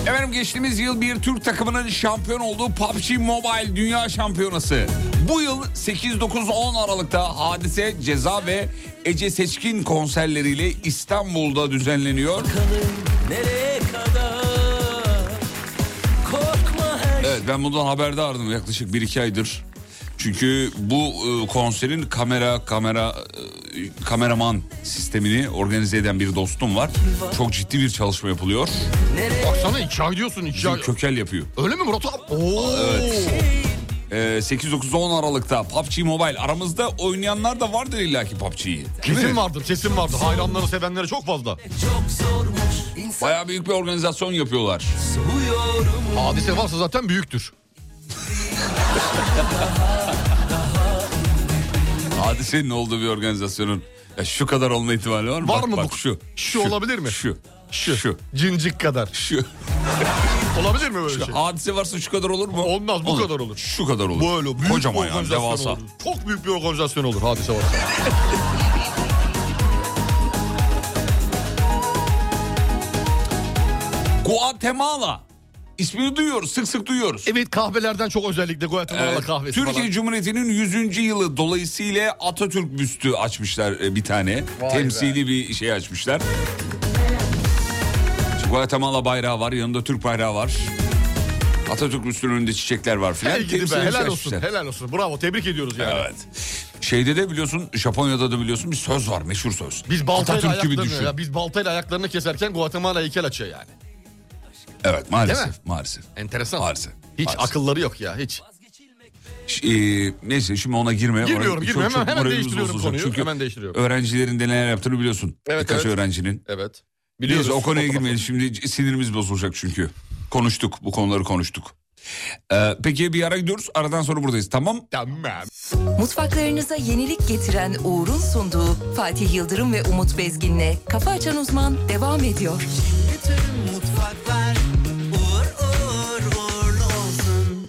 Efendim geçtiğimiz yıl bir Türk takımının şampiyon olduğu PUBG Mobile Dünya Şampiyonası. Bu yıl 8-9-10 Aralık'ta Hadise, Ceza ve Ece Seçkin konserleriyle İstanbul'da düzenleniyor. Nereye kadar Korkma her Evet ben bundan haberdardım yaklaşık 1-2 aydır. Çünkü bu e, konserin kamera kamera e, kameraman sistemini organize eden bir dostum var. Çok ciddi bir çalışma yapılıyor. Baksana iki ay diyorsun iki ay. Bizim Kökel yapıyor. Öyle mi Murat abi? Oo. E, 8-9-10 Aralık'ta PUBG Mobile aramızda oynayanlar da vardır illaki PUBG'yi. Kesin vardır kesin vardır. Hayranları sevenleri çok fazla. çok zormuş İnsan Bayağı büyük bir organizasyon yapıyorlar. soğuyormuş Hadise varsa zaten büyüktür. Hadisenin olduğu bir organizasyonun ya şu kadar olma ihtimali var mı? Var Bak, mı bak, bu? Şu. Şu olabilir mi? Şu. Şu. Şu. Cincik kadar. şu. Olabilir mi böyle şey? Hadise varsa şu kadar olur mu? Olmaz, bu kadar olur. Şu kadar olur. Böyle büyük Kocaman bir yani organizasyon devasa. olur. Çok büyük bir organizasyon olur hadise varsa. Guatemala. İsmini duyuyoruz, sık sık duyuyoruz. Evet kahvelerden çok özellikle Guatemala Evet, kahvesi Türkiye falan. Cumhuriyeti'nin 100. yılı dolayısıyla Atatürk büstü açmışlar e, bir tane. Vay Temsili bir şey açmışlar. Guatemala bayrağı var, yanında Türk bayrağı var. Atatürk büstünün önünde çiçekler var filan. Hey gidi be, Temsili bir şey helal olsun, açmışlar. helal olsun. Bravo, tebrik ediyoruz yani. Evet. Şeyde de biliyorsun, Japonya'da da biliyorsun bir söz var, meşhur söz. Biz baltayla Atatürk gibi ayaklarını, düşün. ya, biz baltayla ayaklarını keserken Guatemala heykel açıyor yani. Evet, Değil mi? maalesef, maalesef. Enteresan. Maalesef. Hiç Maalesef. akılları yok ya, hiç. Ş- e, neyse şimdi ona girmeye. Girmiyorum, Oraya- girmiyorum. Hemen- hemen moralimiz değiştiriyorum bozulacak. konuyu. Çünkü Hemen değiştiriyorum. Öğrencilerin de neler yaptığını biliyorsun. Evet, Birkaç evet. öğrencinin. Evet. Neyse o konuya Fotoğraf- girmeyelim. Şimdi c- sinirimiz bozulacak çünkü. Konuştuk. Bu konuları konuştuk. Ee, peki bir ara gidiyoruz. Aradan sonra buradayız. Tamam. Tamam. Mutfaklarınıza yenilik getiren Uğur'un sunduğu Fatih Yıldırım ve Umut Bezgin'le Kafa Açan Uzman devam ediyor. mutfaklar Uğur uğur uğurlu olsun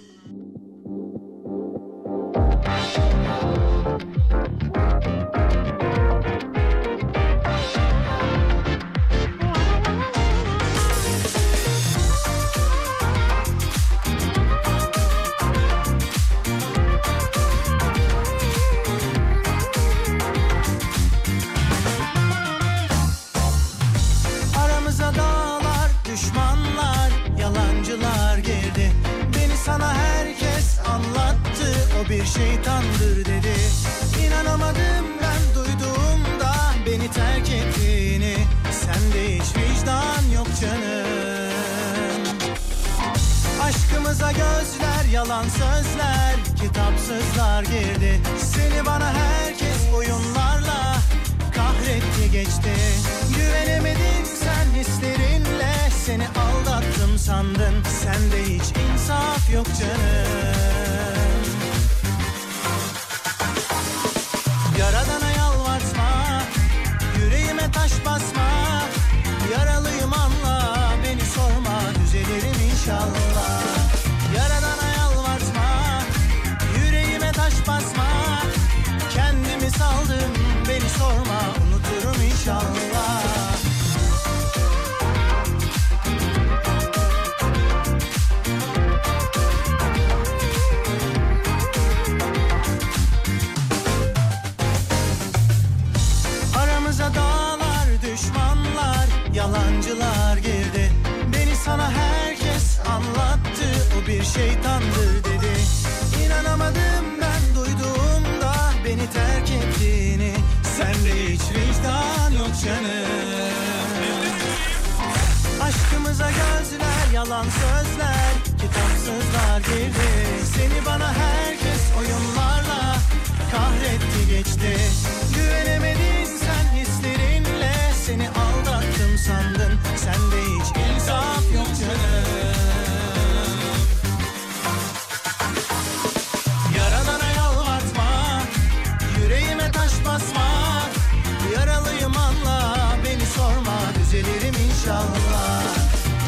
Aramıza dağlar, düşmanlar, yalancılar girdi. Beni sana herkes anlattı, o bir şeytandır dedi. İnanamadım ben duyduğumda beni terk ettiğini. Sende hiç vicdan yok canım. Aşkımıza gözler yalan sözler kitapsızlar girdi Seni bana herkes oyunlarla kahretti geçti Güvenemedin sen hislerinle seni aldattım sandın Sende hiç insaf yok canım Yaradana yalvartma Yüreğime taş basma Yaralıyım anla Beni sorma Düzelirim inşallah Yaradana yalvartma Yüreğime taş basma Kendimi saldım Beni sorma Unuturum inşallah Aramıza dağlar, düşmanlar, yalancılar girdi. Beni sana herkes anlattı, o bir şeytandır dedi. İnanamadım ben duyduğumda beni terk ettiğini. sözler yalan sözler kitapsızlar girdi Seni bana herkes oyunlarla kahretti geçti Güvenemedin sen hislerinle seni aldattım sandın Sende hiç insaf yok canım Yaradana yalvartma Yüreğime taş basma Yaralıyım anla Beni sorma düzelirim inşallah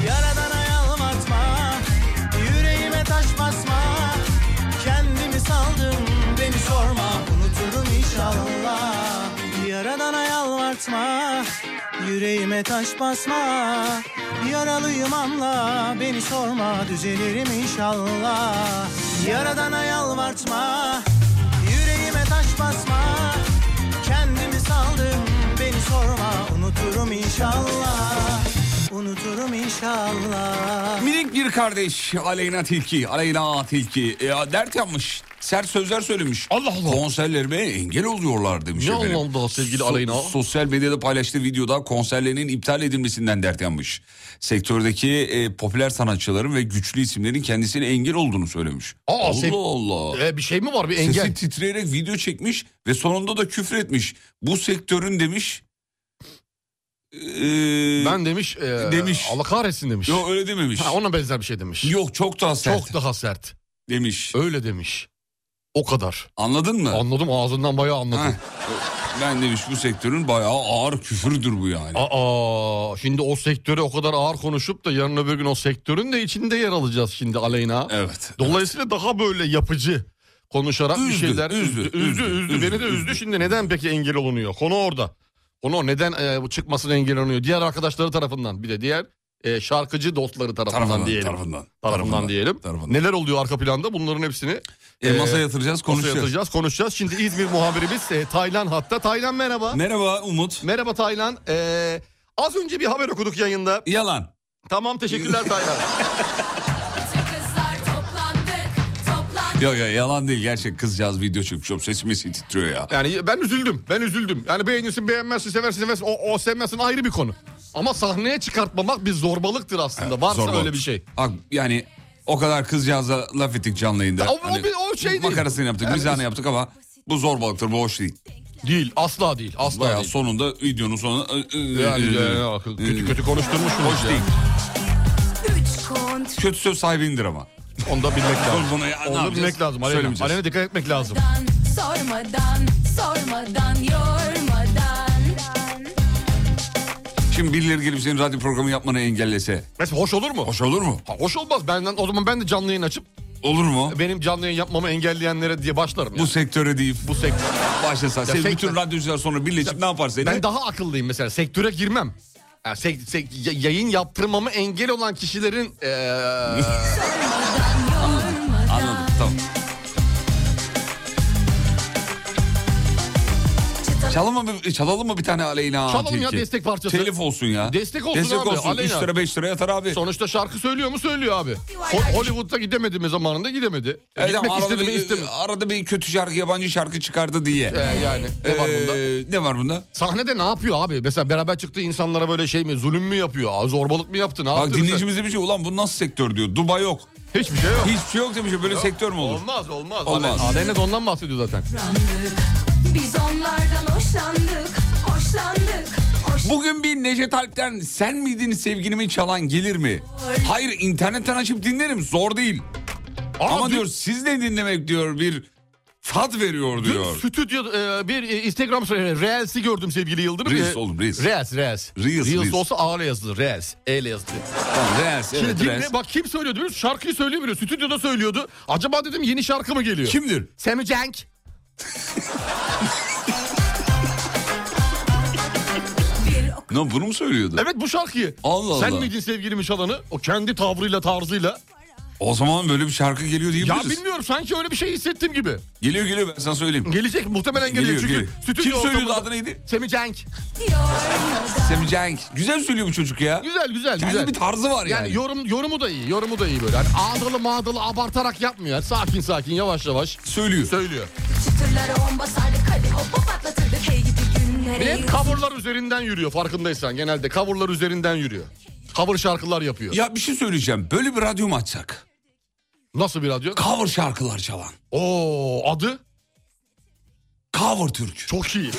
Yaradana yalvartma Yüreğime taş basma Kendimi saldım Beni sorma unuturum inşallah Yaradana yalvartma Yüreğime taş basma Yaralıyım anla Beni sorma düzelirim inşallah Yaradana yalvartma Yüreğime taş basma Kendimi saldım Beni sorma unuturum inşallah Unuturum inşallah Minik bir kardeş Aleyna Tilki, Aleyna Tilki e, dert yapmış. Sert sözler söylemiş. Allah Allah. Konserlerime engel oluyorlar demiş Ne efendim. Allah Allah sevgili Aleyna? Sosyal medyada paylaştığı videoda konserlerinin iptal edilmesinden dert yanmış. Sektördeki e, popüler sanatçıların ve güçlü isimlerin kendisine engel olduğunu söylemiş. Aa, Allah sev- Allah. E, bir şey mi var bir engel? Sesi titreyerek video çekmiş ve sonunda da küfür etmiş. Bu sektörün demiş. e, Ben demiş, e, Demiş. Allah kahretsin demiş. Yok öyle dememiş. Ha, ona benzer bir şey demiş. Yok çok daha sert Çok daha sert. demiş. Öyle demiş. O kadar. Anladın mı? Anladım ağzından bayağı anladım. Heh. Ben demiş bu sektörün bayağı ağır küfürdür bu yani. Aa, şimdi o sektöre o kadar ağır konuşup da yarın öbür gün o sektörün de içinde yer alacağız şimdi Aleyna. Evet. Dolayısıyla daha böyle yapıcı konuşarak bir Üzdü, şeyler üzdü, üzdü, üzdü, üzdü, üzdü. üzdü, beni de üzdü. üzdü. Şimdi neden peki engel olunuyor? Konu orada. Konu o. neden e, bu çıkmasına engel olunuyor? Diğer arkadaşları tarafından bir de diğer e, şarkıcı dostları tarafından, Tarafından, diyelim. tarafından, Tarafından tarafından, diyelim. tarafından. Neler oluyor arka planda? Bunların hepsini E, masaya yatıracağız konuşacağız. masaya yatıracağız, konuşacağız. Şimdi İzmir muhabirimiz e, Taylan hatta. Taylan merhaba. Merhaba Umut. merhaba Taylan. E, az önce bir haber okuduk yayında. Yalan. Tamam teşekkürler Taylan. Yok yok yalan değil gerçek kızcağız video çekmiş. Oğlum Sesi mesi titriyor ya. Yani ben üzüldüm. Ben üzüldüm. Yani beğenirsin, beğenmezsin, seversin, seversin. O, o sevmezsin ayrı bir konu. Ama sahneye çıkartmamak bir zorbalıktır aslında. Varsa Zorba öyle olmuş. bir şey. Bak, yani o kadar kızcağıza laf ettik canlı yayında. Hani Ya, o- o bir- o şey değil. Makarasını yaptık, Yani- mizahını yaptık ama bu zorbalıktır, bu hoş değil. Değil, asla değil. Asla Bayağı değil. sonunda videonun ıı, sonunda... Yani, Ee, yani, kötü kötü konuşturmuşsunuz ıı, Hoş ya. değil. Kötü söz sahibi indir ama. Onu da bilmek lazım. Dur bunu ya, ne Onu da yapacağız? bilmek lazım. Aleyna, Söylemeyeceğiz. Aleyna dikkat etmek lazım. Sormadan, sormadan, yormadan. Şimdi birileri gelip senin radyo programı yapmanı engellese. Mesela hoş olur mu? Hoş, Hoş olur mu? hoş olmaz. Benden o zaman ben de canlı yayın açıp Olur mu? benim canlı yayın yapmamı engelleyenlere diye başlarım. Bu yani. sektöre deyip bu sektör. başlasa. Sen sektör- bütün radyocular sonra birleşip ne yaparsa Ben daha akıllıyım mesela. Sektöre girmem. Yani sek- sek- y- yayın yaptırmama engel olan kişilerin eee Anladım tamam. Çalalım mı, çalalım mı bir tane Aleyna Çalalım ya, Tilki? destek parçası. Telif olsun ya. Destek olsun abi, Aleyna. 3 lira 5 lira yatar abi. Sonuçta şarkı söylüyor mu? Söylüyor abi. Ho- Hollywood'da gidemedi mi zamanında? Gidemedi. E, Evet, gitmek ama arada istedi mi? bir- İstemedi. Arada bir kötü şarkı yabancı şarkı çıkardı diye. E, yani ne var bunda? Ee, ne var bunda? Sahnede ne yapıyor abi? Mesela beraber çıktığı insanlara böyle şey mi? Zulüm mü yapıyor? Aa, Zorbalık mı yaptı? Ne Bak yaptı? dinleyicimize bir şey ulan bu nasıl sektör diyor. Duba yok. Mesela? Hiçbir şey yok. Hiçbir şey yok demiş. ya, Böyle sektör mü olur? Olmaz olmaz. Olmaz. olmaz. Aleyna da ondan bahsediyor zaten. Biz onlardan hoşlandık, hoşlandık, hoş- Bugün bir Necdet Alp'ten sen miydin sevgilimi çalan gelir mi? Hayır internetten açıp dinlerim zor değil. Ama dün- diyor siz de dinlemek diyor bir tat veriyor Dün diyor. stüdyo e, bir e, Instagram e, Reels'i gördüm sevgili Yıldırım. Reels E, oğlum, Reels. Reels Reels. Reels, Reels. olsa A ile yazılır. Reels. E ile yazılır. Tamam, Reels, Şimdi evet, dinle- Reels. bak kim söylüyordu biliyor musun? Şarkıyı söyleyemiyor. Stüdyoda söylüyordu. Acaba dedim yeni şarkı mı geliyor? Kimdir? Sami Cenk. Ne bunu mu söylüyordu? Evet bu şarkıyı. Allah Sen Allah. miydin sevgilimi çalanı? O kendi tavrıyla tarzıyla. O zaman böyle bir şarkı geliyor diye Ya bilmiyorum sanki öyle bir şey hissettim gibi. Geliyor geliyor ben sana söyleyeyim. Gelecek muhtemelen gelecek Geliyor, çünkü. geliyor. stüdyo Kim söylüyordu, ortamında- adı neydi? Semih Cenk. yormadan. Semih Cenk. Güzel söylüyor bu çocuk ya. Güzel güzel Kendi güzel. bir tarzı var yani. yani yorum yorumu da iyi. Yorumu da iyi böyle. Hani ağdalı mağdalı abartarak yapmıyor. Yani sakin sakin yavaş yavaş Söylüyor. söylüyor. Çıtırlara on basardık hadi hoppa patlatırdık hey gidi günlere. Bir hep coverlar üzerinden yürüyor farkındaysan. Genelde coverlar üzerinden yürüyor. Cover şarkılar yapıyor. Ya bir şey söyleyeceğim. Böyle bir radyo mu açsak? Nasıl bir radyo? Cover şarkılar çalan. Oo adı? Cover Türk. Çok iyi.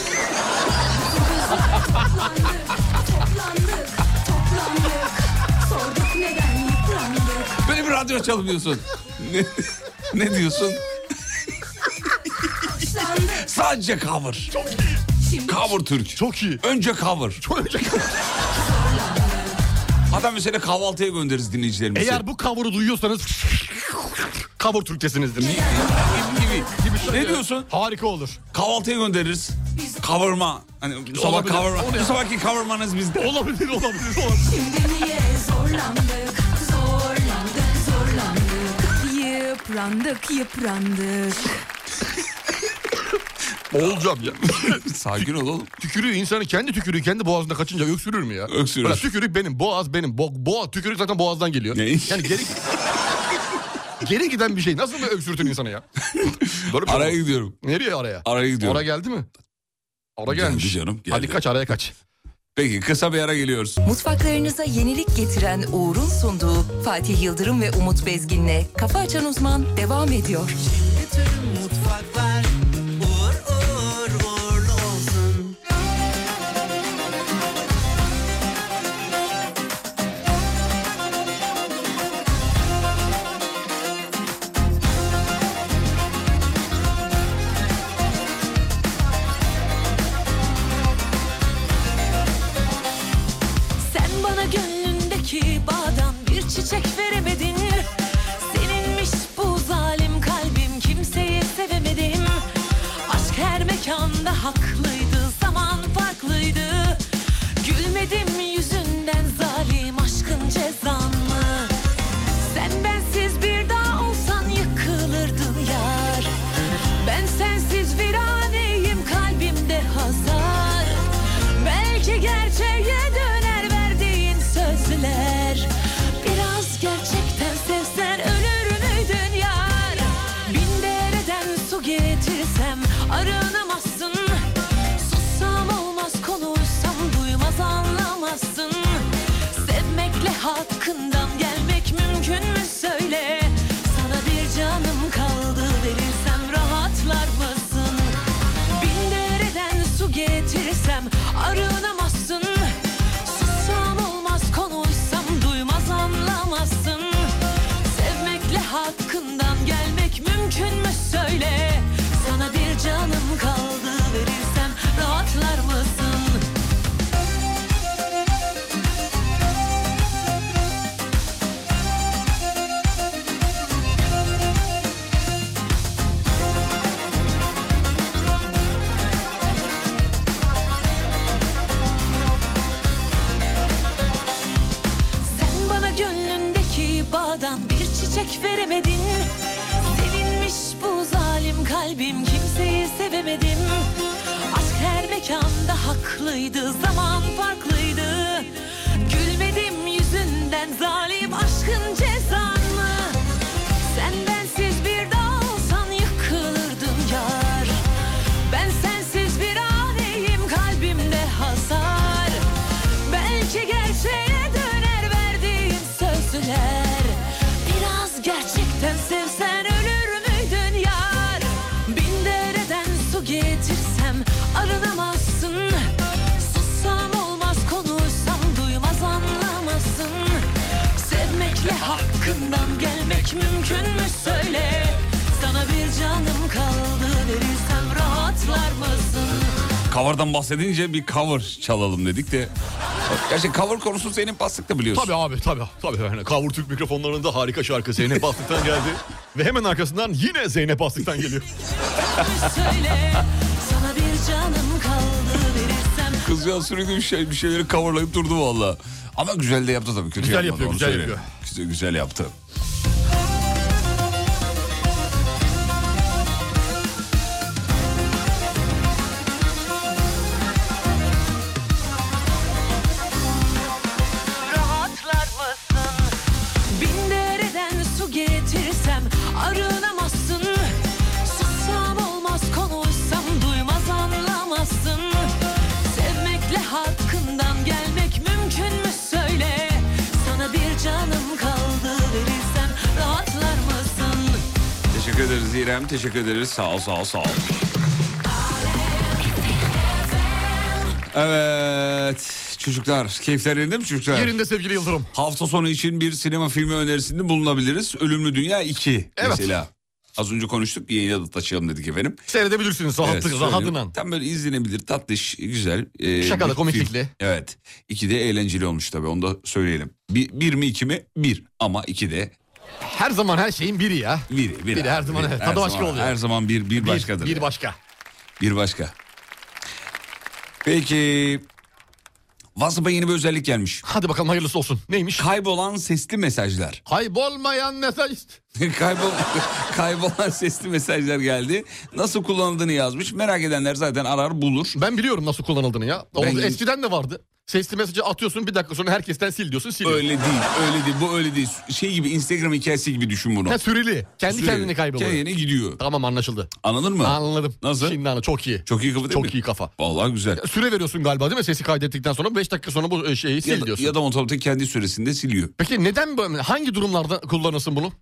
Böyle bir radyo açalım diyorsun. ne, ne diyorsun? Sadece cover. Cover Türk. Çok iyi. Önce cover. Çok iyi. Hatta mesela kahvaltıya göndeririz dinleyicilerimizi. Eğer bu cover'ı duyuyorsanız cover Türkçesinizdir. gibi, gibi. Ne diyorsun? Harika olur. Kahvaltıya göndeririz. Kavurma. Hani bu sabah Olabilir. kavurma. O ne Bu ya? sabahki kavurmanız bizde. Olabilir, olabilir, olabilir. Yıprandık, yıprandık. Olacağım ya. Sakin ol oğlum. tükürüğü insanın kendi tükürüğü kendi boğazında kaçınca öksürür mü ya? Öksürür. Ulan tükürük benim, boğaz benim. Bo boğa tükürük zaten boğazdan geliyor. Ne? Yani geri geri giden bir şey nasıl mı öksürtün insanı ya? Böyle bir şey Araya olmaz. gidiyorum. Nereye araya? Araya gidiyorum. Ara geldi mi? Ara Geldi gelmiş. canım, geldi. Hadi kaç araya kaç. Peki kısa bir ara geliyoruz. Mutfaklarınıza yenilik getiren Uğur'un sunduğu Fatih Yıldırım ve Umut Bezgin'le Kafa Açan Uzman devam ediyor. Bütün mutfaklar uğur uğur uğurlu olsun. Sen bana gönlündeki bağdan bir çiçek veremedin Seninmiş bu zalim kalbim kimseyi sevemedim Aşk her mekanda haklıydı zaman farklıydı Gülmedim yüzünden zalim aşkın cezan mı? Sen bensiz bir daha olsan yıkılırdın yar Ben sensiz viraneyim kalbimde hasar Belki gerçeğe döner verdiğin sözler Biraz gerçekten sevsen ölür müydün yar Bin dereden su getirsem arınamazsın Sussam olmaz konuşsam duymaz anlamazsın Sevmekle hakkından gelmek mümkün mü söyle Sana bir canım kaldı verirsem rahatlar mısın Bin dereden su getirsem arınamazsın Sussam olmaz konuşsam duymaz anlamazsın Sevmekle hakkından gelmek mümkün mü söyle Sana bir canım kaldı verirsem rahatlar mısın Sen bana gönlündeki bağdan bir çiçek veremedin Sevinmiş bu zalim kalbim kimseyi sevemedim Aşk her mekanda haklıydı zaman farklıydı Gülmedim yüzünden zalim aşkın cezan mı? Sen bensiz bir daha olsan yıkılırdım yar Ben sensiz bir aneyim kalbimde hasar Belki gerçeğe döner verdiğin sözler Biraz gerçekten sevsen ölür müydün yar Bin dereden su getirsem arınamazsın Sussam olmaz konuşsam duymaz anlamazsın Sevmekle hakkından gelmek mümkün mü söyle Sana bir canım kaldı verirsem rahatlar mısın Cover'dan bahsedince bir cover çalalım dedik de. Gerçi cover konusu senin paslık da biliyorsun. Tabii abi tabii tabii. Yani Kavur Türk mikrofonlarında harika şarkı Zeynep Bastık'tan geldi. Ve hemen arkasından yine Zeynep Bastık'tan geliyor. söyle Sana bir canım kaldı verirsem Kız ya sürekli bir, şey, bir şeyleri coverlayıp durdu valla. Ama güzel de yaptı tabii. Kötü Güzel yapmadı, yapıyor, onu güzel söyleyeyim. yapıyor. Güzel, güzel yaptı. rahatlar mısın? Bin dereden su getirsem arınamazsın Sussam olmaz konuşsam duymaz anlamazsın Sevmekle hakkından gelmek mümkün mü söyle Teşekkür ederiz İrem. Teşekkür ederiz. Sağ ol, sağ ol, sağ ol. Evet çocuklar keyifler yerinde mi çocuklar? Yerinde sevgili Yıldırım. Hafta sonu için bir sinema filmi önerisinde bulunabiliriz. Ölümlü Dünya 2 Evet. mesela. Az önce konuştuk yayına da taşıyalım dedik efendim. Seyredebilirsiniz rahatlık, Evet, rahatına. söylüyorum. Tam böyle izlenebilir tatlış güzel. e, Şakalı, bir komiklikli. film. Evet. İki de eğlenceli olmuş tabii onu da söyleyelim. Bir, bir mi iki mi? Bir ama iki de Her zaman her şeyin biri ya. bir. Biri her zaman, evet. Tadı başka zaman- oluyor. Her zaman bir, bir Bir, başkadır. Bir yani. başka. Bir başka. Peki WhatsApp'a yeni bir özellik gelmiş. Hadi bakalım hayırlısı olsun. Neymiş? Kaybolan sesli mesajlar. Kaybolmayan mesaj. Kaybol kaybolan sesli mesajlar geldi. Nasıl kullanıldığını yazmış. Merak edenler zaten arar bulur. Ben biliyorum nasıl kullanıldığını ya. O Ben- Eskiden de vardı. Sesli mesajı atıyorsun bir dakika sonra herkesten sil diyorsun siliyor. Öyle değil, öyle değil. Bu öyle değil. Şey gibi Instagram hikayesi gibi düşün bunu. Ha, süreli. Kendi Sürüyor. kendini kayboluyor. Kendini gidiyor. Tamam anlaşıldı. Anladın mı? Anladım. Nasıl? Şimdi anladım. Çok iyi. Çok iyi kafa değil Çok mi? iyi kafa. Vallahi güzel. Süre veriyorsun galiba değil mi? Sesi kaydettikten sonra 5 dakika sonra bu e, şeyi sil Ya da, diyorsun. ya da otomatik kendi süresinde siliyor. Peki neden böyle hangi durumlarda kullanırsın bunu?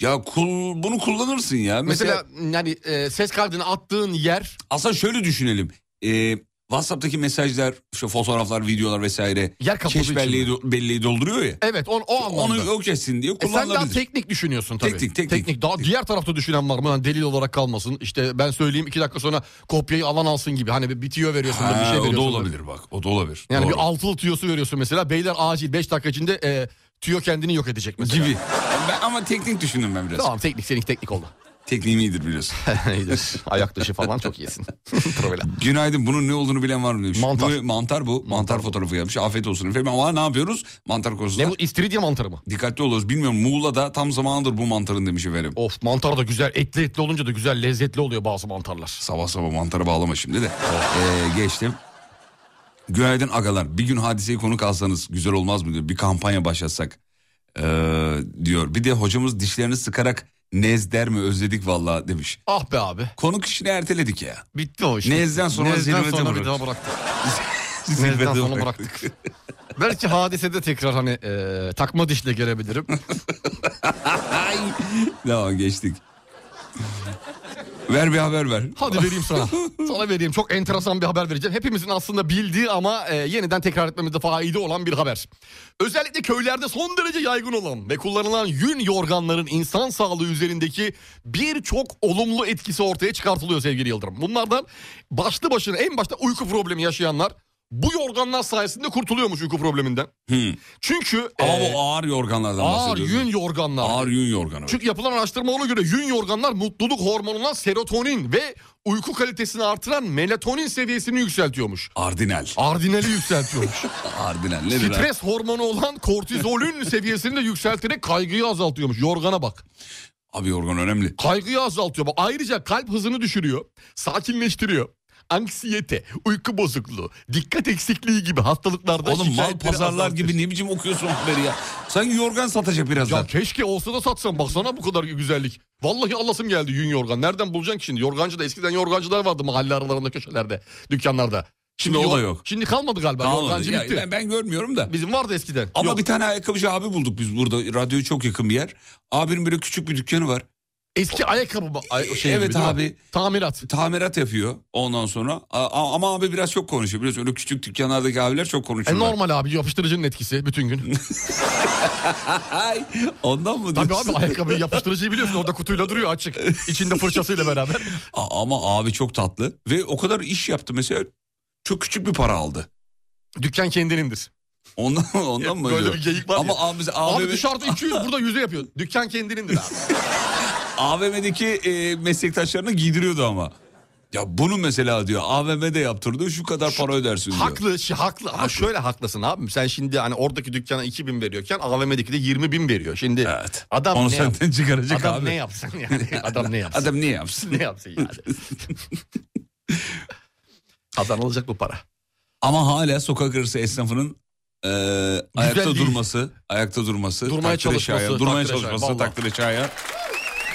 Ya kul, bunu kullanırsın ya. Mesela, Mesela, yani e, ses kaydını attığın yer aslında şöyle düşünelim. Ee, WhatsApp'taki mesajlar, şu fotoğraflar, videolar vesaire yer kapalı keş belleği, do- belleği dolduruyor ya. Evet on, o anlamda. Onu o kesin diye E sen daha kullanılabilir. teknik düşünüyorsun tabii. Teknik, teknik. Daha diğer tarafta düşünen var mı? Hani delil olarak kalmasın. İşte ben söyleyeyim iki dakika sonra kopyayı alan alsın gibi. Hani bir bitiyor veriyorsun bir Ha, şey o da veriyorsun. olabilir bak. O da olabilir. Yani Doğru. bir şey altılı tüyosu veriyorsun mesela. Beyler acil 5 dakika içinde e, tüyo kendini yok edecek mesela. gibi. Ben, ama teknik düşündüm ben biraz. Tamam teknik seninki teknik oldu. Tekniğim iyidir biliyorsun. İyidir. Ayak dışı falan çok iyisin. Travela. Günaydın bunun ne olduğunu bilen var mı demiş. Mantar. Bu, mantar bu. Mantar, fotoğrafı yapmış. Afiyet olsun efendim. Ama ne yapıyoruz? Mantar konusunda ne bu istiridye mantarı mı? dikkatli oluyoruz. Bilmiyorum Muğla'da tam zamanıdır bu mantarın demiş efendim. Of mantar da güzel etli etli olunca da güzel lezzetli oluyor bazı mantarlar. Sabah sabah mantara bağlama şimdi de. Oh. Ee, geçtim. Günaydın agalar. Bir gün hadiseyi konuk alsanız güzel olmaz mı diyor. Bir kampanya başlatsak ee, diyor. Bir de hocamız dişlerini sıkarak nez der mi özledik vallahi demiş. Ah be abi. Konuk işini erteledik ya. Bitti o iş. Nezden sonra Nezden zirvede sonra bir bıraktık. daha bıraktık. Zirvede Nezden sonra bıraktık. bıraktık. Belki hadisede tekrar hani e, takma dişle gelebilirim. Ay. Tamam geçtik. ver bir haber ver. Hadi vereyim sana. Sana vereyim. Çok enteresan bir haber vereceğim. Hepimizin aslında bildiği ama e, yeniden tekrar etmemizde faide olan bir haber. Özellikle köylerde son derece yaygın olan ve kullanılan yün yorganların insan sağlığı üzerindeki birçok olumlu etkisi ortaya çıkartılıyor sevgili Yıldırım. Bunlardan başlı başına en başta uyku problemi yaşayanlar bu yorganlar sayesinde kurtuluyormuş uyku probleminden. Hı. Çünkü Ama e, bu ağır yorganlardan ağır bahsediyoruz. yün yorganlar. Ağır yün yorganı. Çünkü yapılan araştırma ona göre yün yorganlar mutluluk hormonuna serotonin ve uyku kalitesini artıran melatonin seviyesini yükseltiyormuş. Ardinal. Ardinali yükseltiyormuş. Ardinal nedir? ha? Stres hormonu olan kortizolün seviyesini de yükselterek kaygıyı azaltıyormuş. Yorgana bak. Abi yorgan önemli. Kaygıyı azaltıyor. Bak, Ayrıca kalp hızını düşürüyor. Sakinleştiriyor. Anksiyete, uyku bozukluğu, dikkat eksikliği gibi hastalıklarda Oğlum mal şikayetleri pazarlar azaltıyor. gibi ne biçim okuyorsun haberi ya. Sanki yorgan satacak Ya birazdan. keşke olsa da satsam baksana bu kadar güzellik. Vallahi Allah'ım geldi yün yorgan. Nereden bulacaksın ki şimdi? Yorgancı da eskiden yorgancılar vardı mahalle aralarında köşelerde, dükkanlarda. Şimdi o da yok. Şimdi kalmadı galiba. Tamam, Yorgancı ya bitti. ben, ben görmüyorum da. Bizim vardı eskiden. Ama Yok. bir tane ayakkabıcı abi bulduk biz burada. Radyoya çok yakın bir yer. Abinin böyle küçük bir dükkanı var. eski ayakkabı ba- ay- şey Evet gibi değil mi? abi. Tamirat. Tamirat yapıyor ondan sonra. A- a- ama abi biraz çok konuşuyor. Biliyorsun öyle küçük dükkanlardaki abiler çok E konuşuyorlar. normal abi yapıştırıcının etkisi bütün gün. Ay, ondan mı Tabii diyorsun? abi ayakkabıyı yapıştırıcıyı biliyorsun orada kutuyla duruyor açık. İçinde fırçasıyla beraber. A- ama abi çok tatlı. Ve o kadar iş yaptı mesela. Çok küçük bir para aldı. Dükkan kendinindir. Ondan, ondan mı? Böyle acaba? bir geyik var Ama ya. abi, Abi, AVM dışarıda 200 burada 100'e yapıyor. Dükkan kendinindir abi. AVM'deki e, meslektaşlarına giydiriyordu ama. Ya bunu mesela diyor AVM'de yaptırdı şu kadar para ödersin diyor. Haklı, şi- haklı ama şöyle haklısın abim. Sen şimdi hani oradaki dükkana 2000 veriyorken AVM'deki de 20 bin veriyor. Şimdi Evet. adam Onu ne senden yapsın? çıkaracak Adam abi. ne yapsın yani? Adam ne yapsın? Adam ne yapsın? ne yapsın yani? Kazanılacak bu para. Ama hala sokak arası esnafının e, ayakta değil. durması, ayakta durması, Durmaya takdire çalışması, şayan, durmaya takdire şayan, çalışması, vallahi. takdire şayan.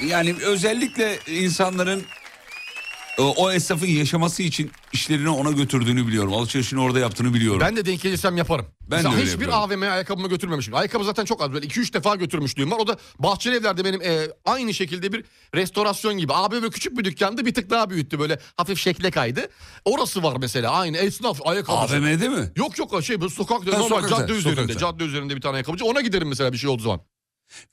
Yani özellikle insanların e, o esnafın yaşaması için işlerini ona götürdüğünü biliyorum. Alışverişini orada yaptığını biliyorum. Ben de denk gelirsem yaparım. Ben Mesela de öyle hiçbir yapıyorum. AVM'ye ayakkabımı götürmemişim. Ayakkabı zaten çok az. Böyle 2-3 defa götürmüşlüğüm var. O da bahçeli evlerde benim e, aynı şekilde bir restorasyon gibi. Abi böyle küçük bir dükkandı bir tık daha büyüttü. Böyle hafif şekle kaydı. Orası var mesela aynı esnaf ayakkabı. AVM'de mi? Yok yok şey bu sokakta Ha, normal sokakta, cadde üzerinde. sokakta. Cadde üzerinde bir tane ayakkabıcı. Ona giderim mesela bir şey olduğu zaman.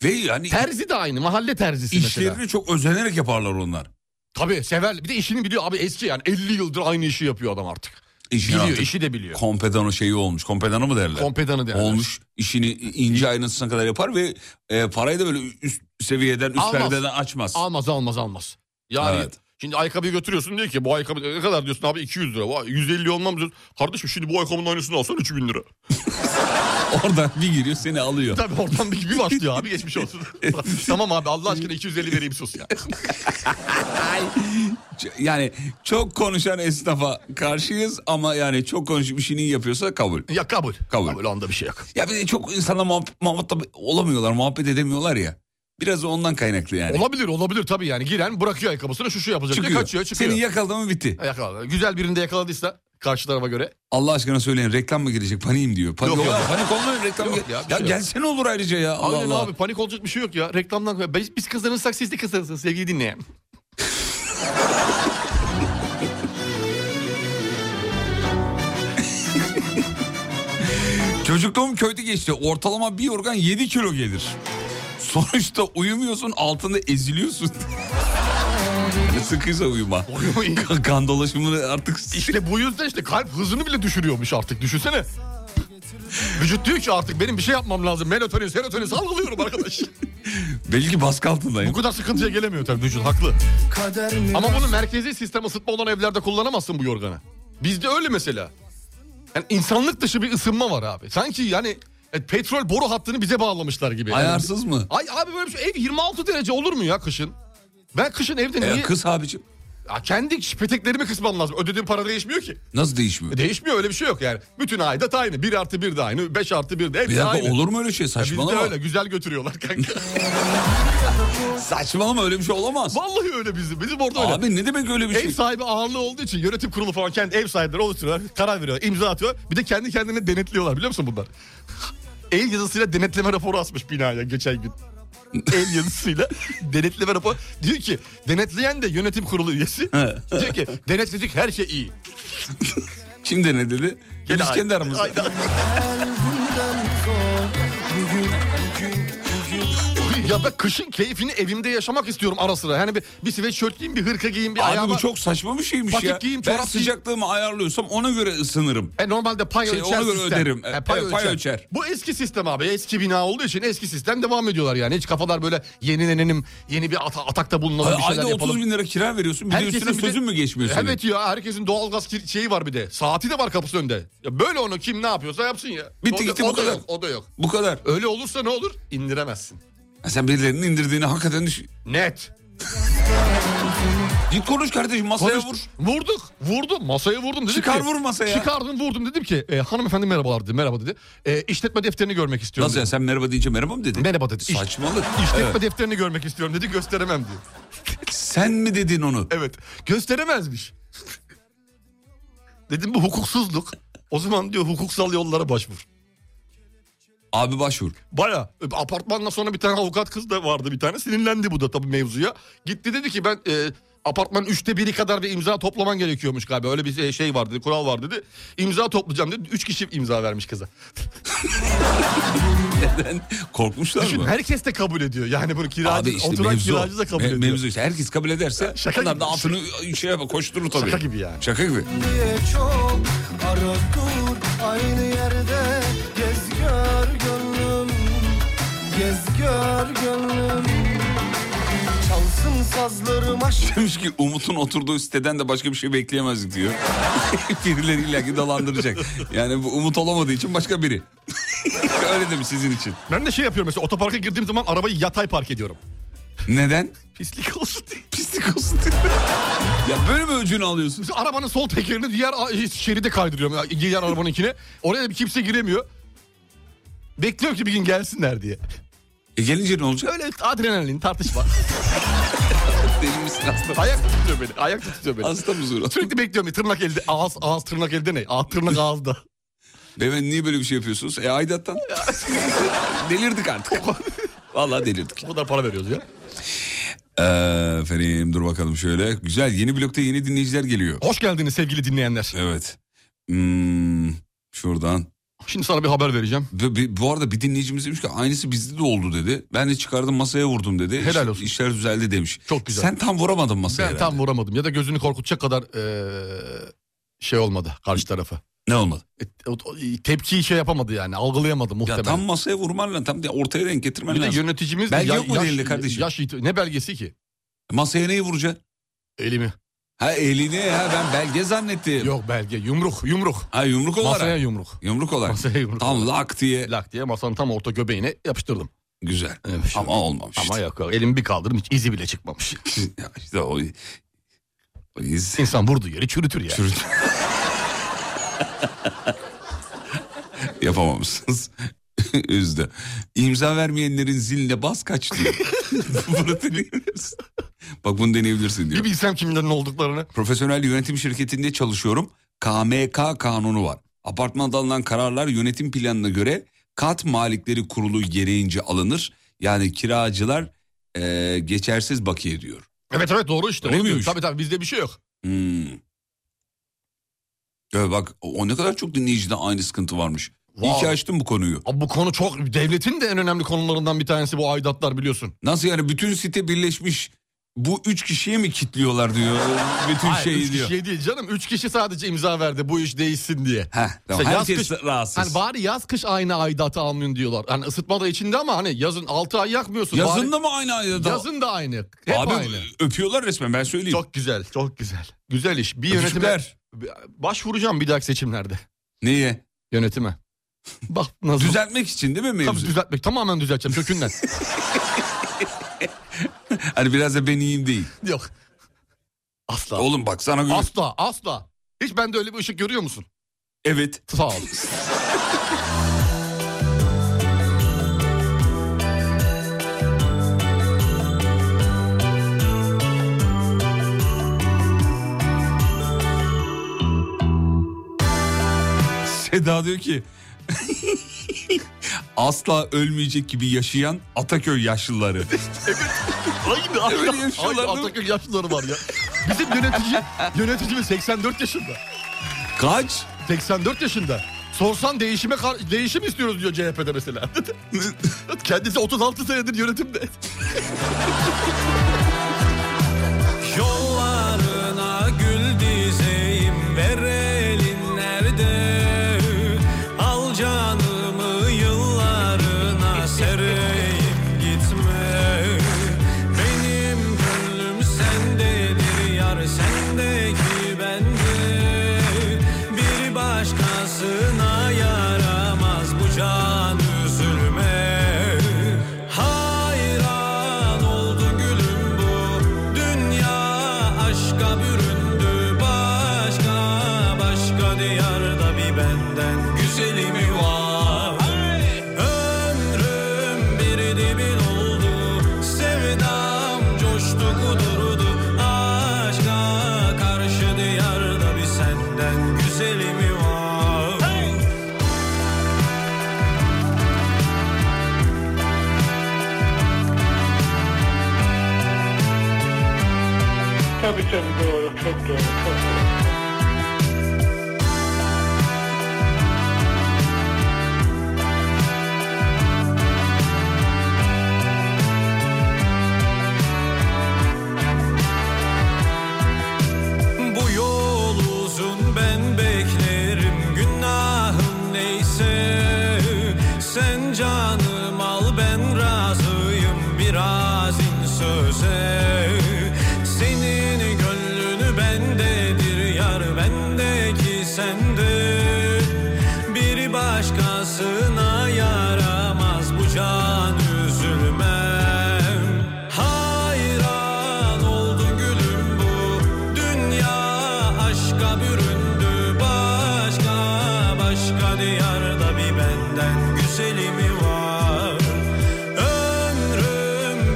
Ve yani Terzi de aynı mahalle terzisi işlerini mesela. çok özenerek yaparlar onlar. Tabii sever. Bir de işini biliyor abi eski yani 50 yıldır aynı işi yapıyor adam artık. İşini Biliyor artık işi de biliyor. Kompedano şeyi olmuş. Kompedano mu derler? Kompedanı derler. Olmuş işini ince ayrıntısına kadar yapar ve e, parayı da böyle üst seviyeden üst Almaz. perdeden açmaz. Almaz almaz almaz. Yani Evet. şimdi ayakkabıyı götürüyorsun diyor ki bu ayakkabı ne kadar diyorsun abi 200 lira. Vay, 150 olmam diyorsun. Kardeşim şimdi bu ayakkabının aynısını alsan 3000 lira. Oradan bir giriyor seni alıyor. Tabii oradan bir, bir başlıyor abi geçmiş olsun. tamam abi Allah aşkına 250 vereyim sus ya. Ç- Yani çok konuşan esnafa karşıyız ama yani çok konuşup işini iyi yapıyorsa kabul. Ya kabul. Kabul. onda bir şey yok. Ya bir de çok insanla muhabbet, olamıyorlar, muhabbet edemiyorlar ya. Biraz ondan kaynaklı yani. Olabilir olabilir tabii yani giren bırakıyor ayakkabısını şu şu yapacak diye Çıkıyor. kaçıyor çıkıyor. Seni yakaladı mı bitti. Ha, yakaladı. Güzel birinde yakaladıysa karşı tarafa göre. Allah aşkına söyleyin reklam mı girecek paniğim diyor. Panik, Yok, yok, yok. panik olmayın reklam Yok gel- ya, ya, bir şey yok. gelsene olur ayrıca ya. Allah Aynen Allah. abi panik olacak bir şey yok ya. Reklamdan biz, biz kazanırsak siz de kazanırsınız sevgili dinleyen. Çocukluğum köyde geçti. Ortalama bir yorgan 7 kilo gelir. Sonuçta uyumuyorsun altında eziliyorsun. Sıkıysa uyuma. Ka- kan dolaşımını artık İşte bu yüzden işte kalp hızını bile düşürüyormuş artık düşünsene. Vücut diyor ki artık benim bir şey yapmam lazım. Melatonin, serotonin salgılıyorum arkadaş. belki baskı altındayım. bu kadar sıkıntıya gelemiyor tabii vücut haklı. Ama bunu merkezi sistem ısıtma olan evlerde kullanamazsın bu yorganı. Bizde öyle mesela. Yani insanlık dışı bir ısınma var abi. Sanki yani e, petrol boru hattını bize bağlamışlar gibi. Yani- Ayarsız mı? Ay abi böyle bir şey ev 26 derece olur mu ya kışın? Ben kışın evde niye? E, kız abicim Ya kendi peteklerimi kısmam lazım. Ödediğim para değişmiyor ki. nasıl değişmiyor? Değişmiyor öyle bir şey yok yani. Bütün aidat aynı. 1 artı 1 de aynı. 5 artı 1 de hepsi Bir dakika aynı. olur mu öyle şey Ya Bizde saçmalama. öyle güzel götürüyorlar kanka. Saçmalama öyle bir şey olamaz. Vallahi öyle bizim. Bizim orada öyle. Abi ne demek öyle bir Ev şey? sahibi ağırlığı olduğu için yönetim kurulu falan kendi ev sahipleri oluşturuyorlar. Karar veriyorlar, imza atıyor. Bir de kendi kendine denetliyorlar biliyor musun bunlar? El yazısıyla denetleme raporu asmış binaya geçen gün. El yazısıyla denetleme raporu. Diyor ki denetleyen de yönetim kurulu üyesi. diyor ki denetledik her şey iyi. Kim de ne dedi? Biz Gene- kendi aramızda. Aynen. Ya ben kışın keyfini evimde yaşamak istiyorum ara sıra. Yani bir, bir sweatshirt giyeyim, bir hırka giyeyim, bir Abi ayağıma... bu çok saçma bir şeymiş Patik ya. giyeyim, ben çorap giyeyim. sıcaklığımı ayarlıyorsam ona göre ısınırım. E normalde pay Şey, ölçer ona göre sistem. öderim. E, Evet, pay ölçer. Bu eski sistem abi. Eski bina olduğu için eski sistem devam ediyorlar yani. Hiç kafalar böyle yenilenelim, yeni bir ata- atakta bulunalım, bir Ayda şeyler 30 yapalım. bin lira kira veriyorsun bir Herkesin de üstüne bir de- sözün mü geçmiyor senin? Evet ya herkesin doğalgaz kir- şeyi var bir de. Saati de var kapısı önünde. Ya böyle onu kim ne yapıyorsa yapsın ya. Bitti o da, gitti, o bu da kadar. Yok, o da yok. Bu kadar. Öyle olursa ne olur? İndiremezsin. Ya sen birilerinin indirdiğini hakikaten düşün. Net. Git konuş kardeşim masaya Konuş- vur. Vurduk. Vurdum. Masaya vurdum. Dedim Çıkar ki, vur masaya. Çıkardım vurdum. Dedim ki e, hanımefendi merhabalar dedi. Merhaba dedi. E, işletme defterini görmek istiyorum. Nasıl ya dedi. sen merhaba deyince merhaba mı dedin? Merhaba dedi. İş- Saçmalık. İşletme Evet. defterini görmek istiyorum dedi. Gösteremem diyor. Sen mi dedin onu? Evet. Gösteremezmiş. Dedim bu hukuksuzluk. O zaman diyor hukuksal yollara başvur. Abi başvur. Baya apartmandan sonra bir tane avukat kız da vardı bir tane sinirlendi bu da tabii mevzuya. Gitti dedi ki ben e, apartmanın üçte biri kadar bir imza toplaman gerekiyormuş galiba öyle bir şey var dedi kural var dedi. İmza toplayacağım dedi üç kişi imza vermiş kıza. Neden? Korkmuşlar Düşün mı? herkes de kabul ediyor yani bunu kiracı Abi işte oturan mevzu, kiracı da kabul Me- ediyor. mevzu işte. Herkes kabul ederse şaka onlar da gibi. altını şey yapar koşturur tabii. Şaka gibi yani. Şaka gibi. diye çok Ara dur aynı yerde Gez gör gönlüm Gez gör gönlüm Çalsın sazlarım aşk Demiş ki Umut'un oturduğu siteden de başka bir şey bekleyemezdik diyor. Birileri illa ki dolandıracak. Yani bu Umut olamadığı için başka biri. Öyle demiş sizin için. Ben de şey yapıyorum mesela otoparka girdiğim zaman arabayı yatay park ediyorum. Neden? Pislik olsun diye. Pislik olsun diye. ya böyle mi öcünü alıyorsun? Mesela arabanın sol tekerini diğer a- şeride kaydırıyorum. ya, Diğer arabanın ikine. Oraya da kimse giremiyor. Bekliyorum ki bir gün gelsinler diye. E gelince ne olacak? Öyle adrenalin tartışma. Deli misin hasta? Ayak tutuyor beni. Ayak tutuyor beni. Hasta mı Zura? Sürekli bekliyorum. E, Tırnak elde. Ağız, ağız tırnak elde ne? Ağız tırnak ağızda. Beyefendi niye böyle bir şey yapıyorsunuz? E aidattan. delirdik artık. Vallahi delirdik. O kadar para veriyoruz ya. Ee, Efendim dur bakalım şöyle. Güzel yeni blokta yeni dinleyiciler geliyor. Hoş geldiniz sevgili dinleyenler. Evet. Hmm, şuradan. Şimdi sana bir haber vereceğim. Bu- bu- bu arada bir dinleyicimiz demiş ki aynısı bizde de oldu dedi. Ben de çıkardım masaya vurdum dedi. Helal İş- olsun. İşler düzeldi demiş. Çok güzel. Sen tam vuramadın masaya. Ben herhalde. tam vuramadım. Ya da gözünü korkutacak kadar eee, şey olmadı karşı tarafı. Ne olmadı? E, o- o- tepkiyi şey yapamadı yani. Algılayamadı Ya muhtemelen. tam masaya vurman lazım. Tam de ortaya denk getirmen bir de lazım. yöneticimiz Belge ya- yok mu yaş- elinde kardeşim? Yaş iti- ne belgesi ki? Masaya neyi vuracaksın? Elimi. Ha elini ha ben belge zannettim. Yok belge. Yumruk, yumruk. Ha yumruk olarak. Masaya yumruk. Yumruk olarak. Masaya yumruk. Tam lak diye. Lak diye masanın tam orta göbeğine yapıştırdım. Güzel. Evet, şöyle. Ama olmamış. Ama işte. yok yok. Elimi bir kaldırdım hiç izi bile çıkmamış. Ya işte o... o iz- İnsan vurduğu yeri çürütür ya. Çürüt. Yapamamışsınız. Üzdü. İmza vermeyenlerin ziline bas kaç diyor. bunu deneyebilirsin. Bak bunu deneyebilirsin diyor. Bir bilsem kimlerin olduklarını. Profesyonel yönetim şirketinde çalışıyorum. KMK kanunu var. Apartmanda alınan kararlar yönetim planına göre kat malikleri kurulu gereğince alınır. Yani kiracılar eee, geçersiz bakiye diyor. Evet evet doğru işte. Öyle Onu diyorum. miymiş? Tabii tabii bizde bir şey yok. Hmm. Ya bak o o ne kadar çok dinleyicide aynı sıkıntı varmış. İyi ki Vay. açtın bu konuyu. Abi bu konu çok devletin de en önemli konularından bir tanesi bu aidatlar biliyorsun. Nasıl yani bütün site birleşmiş bu üç kişiye mi kitliyorlar diyor. Bütün Hayır, şeyi üç diyor. kişiye değil canım. Üç kişi sadece imza verdi bu iş değişsin diye. Heh, tamam. İşte yaz, Herkes kış- rahatsız. Hani bari yaz kış aynı aidatı almıyorsun diyorlar. Hani ısıtma da içinde ama hani yazın 6 ay yakmıyorsun. Yazın Bari- da mı aynı ayda? Yazın da aynı. Hep Abi aynı. öpüyorlar resmen ben söyleyeyim. Çok güzel, çok güzel. Güzel iş. Bir yönetime Öpücükler. başvuracağım bir dahaki seçimlerde. Neye? Yönetime. Bak nasıl. Düzeltmek için değil mi Tabii mevzu? düzeltmek. Tamamen düzelteceğim kökünden. Hani biraz da ben iyiyim değil. Yok. Asla. Oğlum bak sana göre... Asla, asla. Hiç bende öyle bir ışık görüyor musun? Evet. Sağ ol. Seda diyor ki... Asla ölmeyecek gibi yaşayan Ataköy yaşlıları. Aynı Öyle aynı. yaşlılar Aynı değil mi? Ataköy yaşlıları var ya. Bizim yönetici, yöneticimiz 84 yaşında. Kaç? 84 yaşında. Sorsan değişime kar- değişim istiyoruz diyor CHP'de mesela. Kendisi 36 senedir yönetimde. Yollarına gül dizeyim ver elin nerede Al canımı yıllarına sereyim gitme Benim gönlüm sendedir yar sendeki bende Bir başkasına yaramaz bu can üzülme Hayran oldu gülüm bu dünya aşka büründü başka başka diyarda bir benden güzeli mi var? Ömrüm bir dibin oldu sevdam coştu kudurdu aşka karşı diyarda bir senden güzeli mi var? Tabii tabii doğru, çok doğru, çok doğru. Bu yol uzun ben beklerim günahım neyse Sen canım al ben razıyım biraz in söze Senin gönlünü bendedir yar bendeki sende Bir başkasına yaramaz bu can üzülmem Hayran oldu gülüm bu dünya aşka büründü başka başka diyarda bir benden güzeli mi var? Ömrüm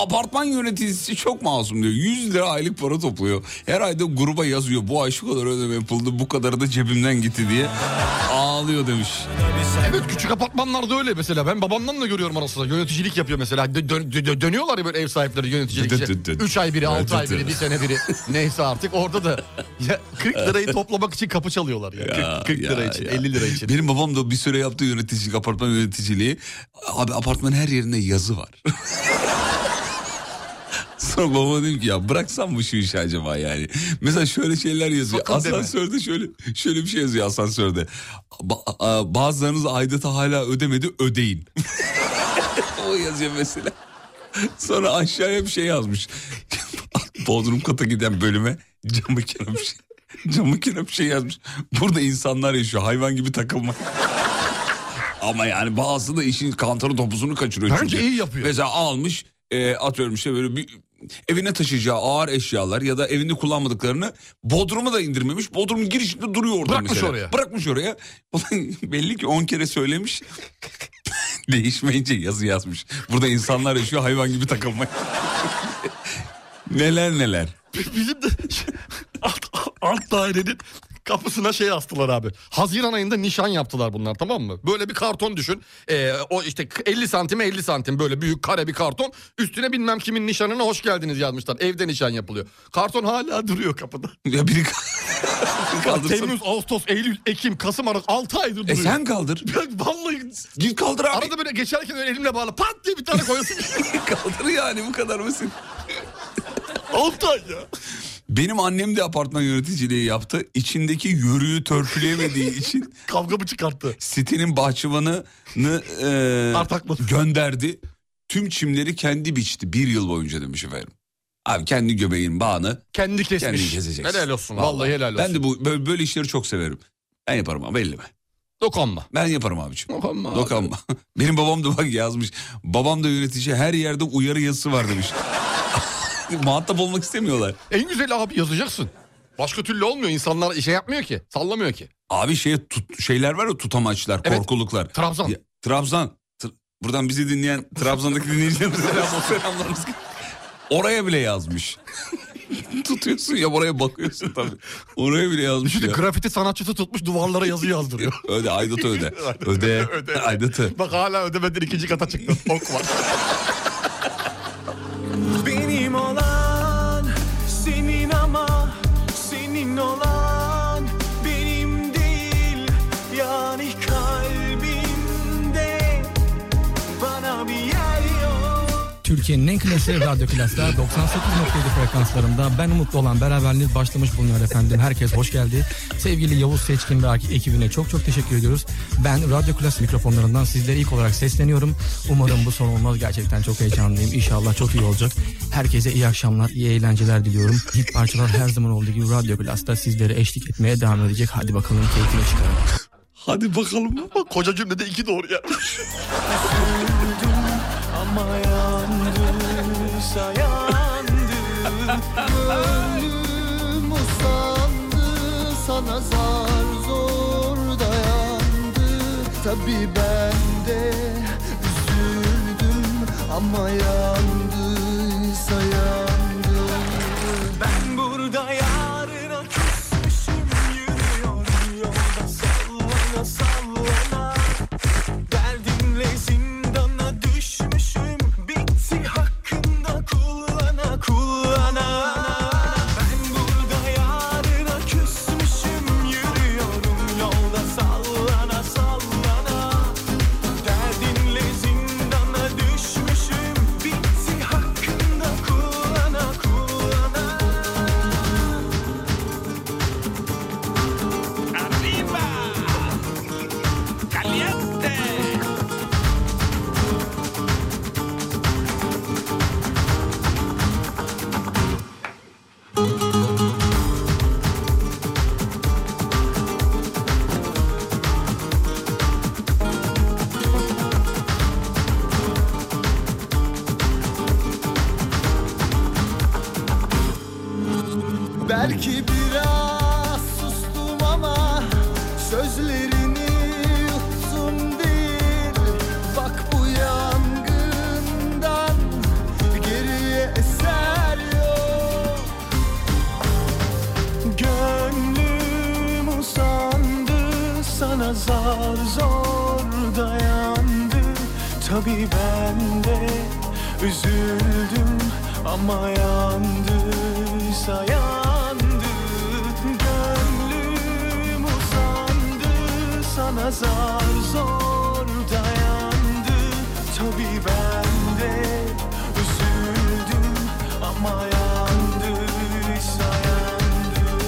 Apartman yöneticisi çok masum diyor. 100 lira aylık para topluyor. Her ayda gruba yazıyor. Bu ay şu kadar ödeme yapıldı bu kadarı da cebimden gitti diye ağlıyor demiş. Evet küçük apartmanlarda öyle mesela. Ben babamdan da görüyorum arasında. Yöneticilik yapıyor mesela. Dö- dö- dö- dönüyorlar ya böyle ev sahipleri yöneticilik. Dö- dö- dö- dö. 3 ay biri, 6 ay dö- dö. biri, 1 sene biri. Neyse artık orada da ya 40 lirayı toplamak için kapı çalıyorlar ya. 40, 40 lira ya, için, ya. 50 lira için. Benim babam da bir süre yaptığı yöneticilik, apartman yöneticiliği. Abi apartmanın her yerinde yazı var. Sonra babama dedim ki ya bıraksam mı şu işi acaba yani. Mesela şöyle şeyler yazıyor. Sakın deme. asansörde şöyle şöyle bir şey yazıyor asansörde. Ba- a- bazılarınız aidatı hala ödemedi ödeyin. o yazıyor mesela. Sonra aşağıya bir şey yazmış. Bodrum kata giden bölüme camı kelepçe. Camı kelepçe yazmış. Burada insanlar yaşıyor hayvan gibi takılmak. Ama yani bazısı da işin kantarı topuzunu kaçırıyor. Bence iyi yapıyor. Mesela almış e, atıyorum işte böyle bir evine taşıyacağı ağır eşyalar ya da evinde kullanmadıklarını Bodrum'a da indirmemiş. Bodrum girişinde duruyor orada Bırakmış mesela. oraya. Bırakmış oraya. Ulan Belli ki 10 kere söylemiş. Değişmeyince yazı yazmış. Burada insanlar yaşıyor hayvan gibi takılmak. neler neler. Bizim de alt, alt dairenin kapısına şey astılar abi. Haziran ayında nişan yaptılar bunlar tamam mı? Böyle bir karton düşün. Ee, o işte 50 santime 50 santim böyle büyük kare bir karton. Üstüne bilmem kimin nişanına hoş geldiniz yazmışlar. Evde nişan yapılıyor. Karton hala duruyor kapıda. Ya biri kaldırsın. Temmuz, Ağustos, Eylül, Ekim, Kasım, Aralık 6 aydır duruyor. E sen kaldır. Ben vallahi Git kaldır abi. arada böyle geçerken öyle elimle bağlı pat diye bir tane koyasın. kaldır yani bu kadar mısın? 6 ay ya. Benim annem de apartman yöneticiliği yaptı. İçindeki yörüğü törpüleyemediği için Kavga mı çıkarttı? sitenin bahçıvanını e, Artaklı. gönderdi. Tüm çimleri kendi biçti bir yıl boyunca demiş efendim. Abi kendi göbeğin bağını Kendi kesmiş. kendin keseceksin. Helal olsun. Vallahi, helal olsun. Ben de bu böyle, böyle işleri çok severim. Ben yaparım abi belli mi? Dokunma. Ben yaparım abiciğim. Dokunma. abi. Dokanma. Benim babam da bak yazmış. Babam da yönetici her yerde uyarı yazısı var demiş. Muhatap olmak istemiyorlar. En güzel abi yazacaksın. Başka türlü olmuyor. İnsanlar şey yapmıyor ki. Sallamıyor ki. Abi şeye tut, şeyler var ya tutamaçlar, Evet. korkuluklar. Trabzon. Ya, Trabzon. Tr- buradan bizi dinleyen Trabzon'daki dinleyicilerimize selam olsun, selamlarımız. Oraya bile yazmış. Tutuyorsun ya oraya bakıyorsun tabii. Oraya bile yazmış Şimdi ya. grafiti sanatçısı tutmuş duvarlara yazı yazdırıyor. Öde aidatı öde. Öde. Öde. Aidatı. Bak hala ödemedin ikinci kata çıktın. Ok var. Benim olan senin ama senin olan benim değil yani kalbimde bana bir yer yok. Türkiye'nin en klasiği Radyo Klas'ta 98.7 frekanslarında ben mutlu olan beraberliğiniz başlamış bulunuyor efendim. Herkes hoş geldi. Sevgili Yavuz Seçkin ve ekibine çok çok teşekkür ediyoruz. Ben Radyo Klas mikrofonlarından sizlere ilk olarak sesleniyorum. Umarım bu son olmaz. Gerçekten çok heyecanlıyım. İnşallah çok iyi olacak. Herkese iyi akşamlar, iyi eğlenceler diliyorum. Hit parçalar her zaman olduğu gibi Radyo Klas'ta sizlere eşlik etmeye devam edecek. Hadi bakalım keyfini çıkarın. Hadi bakalım. Bak koca cümlede iki doğru ya. Ama yandıysa yandım Gönlüm usandı sana zar zor dayandı Tabi ben de üzüldüm ama yandıysa yandım Ben burada yarına küsmüşüm Yürüyorum yolda sallana sallana Derdimle zindana düşmüşüm Bitti hakkında kullana kullana Ben burada yarına küsmüşüm Yürüyorum yolda sallana sallana Derdinle zindana düşmüşüm Bitti hakkında kullana kullana sana zar zor dayandı Tabii ben de üzüldüm ama yandıysa yandı Gönlüm usandı sana zar zor dayandı Tabii ben de üzüldüm ama yandıysa yandı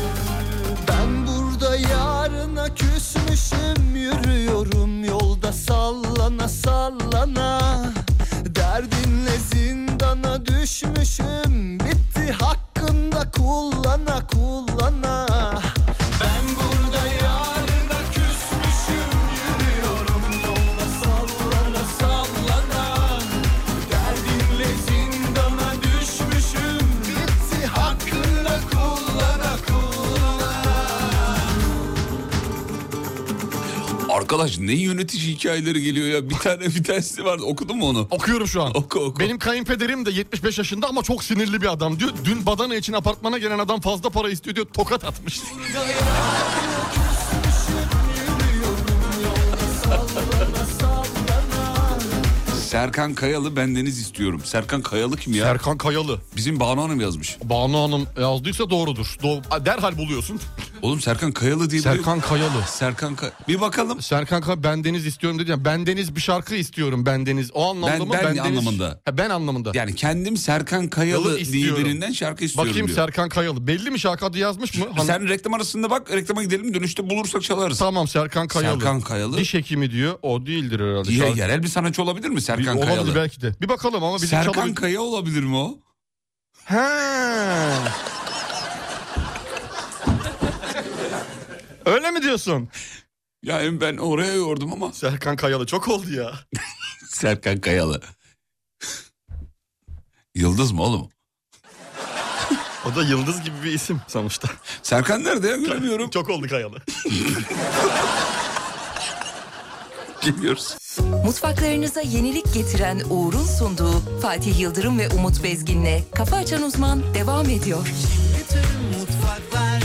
Ben burada yarına küsmüşüm yürüyorum yolda sallana sallana Derdinle zindana düşmüşüm bitti hakkında kullana kullana Ben burada yarına küsmüşüm yürüyorum yolda sallana sallana Derdinle zindana düşmüşüm bitti hakkında kullana kullana Arkadaş ne yönetici hikayeleri geliyor ya. Bir tane bir tanesi vardı. Okudun mu onu? Okuyorum şu an. Oku oku. Benim kayınpederim de 75 yaşında ama çok sinirli bir adam diyor. Dün badana için apartmana gelen adam fazla para istiyor diyor. Tokat atmış. Serkan Kayalı bendeniz istiyorum. Serkan Kayalı kim ya? Serkan Kayalı. Bizim Banu Hanım yazmış. Banu Hanım yazdıysa doğrudur. Do- derhal buluyorsun. Oğlum Serkan Kayalı diye Serkan Kayalı. Serkan Ka- Bir bakalım. Serkan Kayalı bendeniz istiyorum dedi. ya. Bendeniz bir şarkı istiyorum bendeniz. O anlamda Ben- mı? ben Bendeniz- anlamında. Ha, ben anlamında. Yani kendim Serkan Kayalı Kayalı diye istiyorum. birinden şarkı istiyorum Bakayım diyor. Serkan Kayalı. Belli mi şarkı adı yazmış mı? Hanım- Sen reklam arasında bak reklama gidelim dönüşte bulursak çalarız. Tamam Serkan Kayalı. Serkan Kayalı. Diş hekimi diyor. O değildir herhalde. Ya, Şarkı- yerel bir sanatçı olabilir mi Bir- Serkan olabilir Kayalı? belki de. Bir bakalım ama bizim Serkan çalabilir- Kaya olabilir mi o? He. Öyle mi diyorsun? Ya hem ben oraya yordum ama Serkan Kayalı çok oldu ya. Serkan Kayalı. Yıldız mı oğlum? O da yıldız gibi bir isim sonuçta. Serkan nerede ya göremiyorum. Çok oldu Kayalı. Geliyoruz. Mutfaklarınıza yenilik getiren Uğur'un sunduğu Fatih Yıldırım ve Umut Bezgin'le Kafa Açan Uzman devam ediyor. Tüm mutfaklar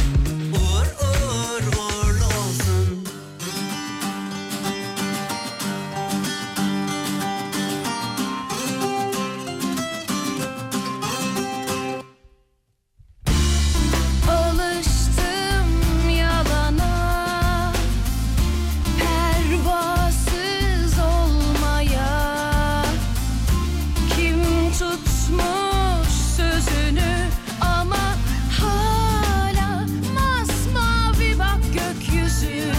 uğur uğur uğurlu olsun. Alıştım yalana, pervasız olmaya. Kim tutmuş sözünü ama hala masmavi bak gökyüzü.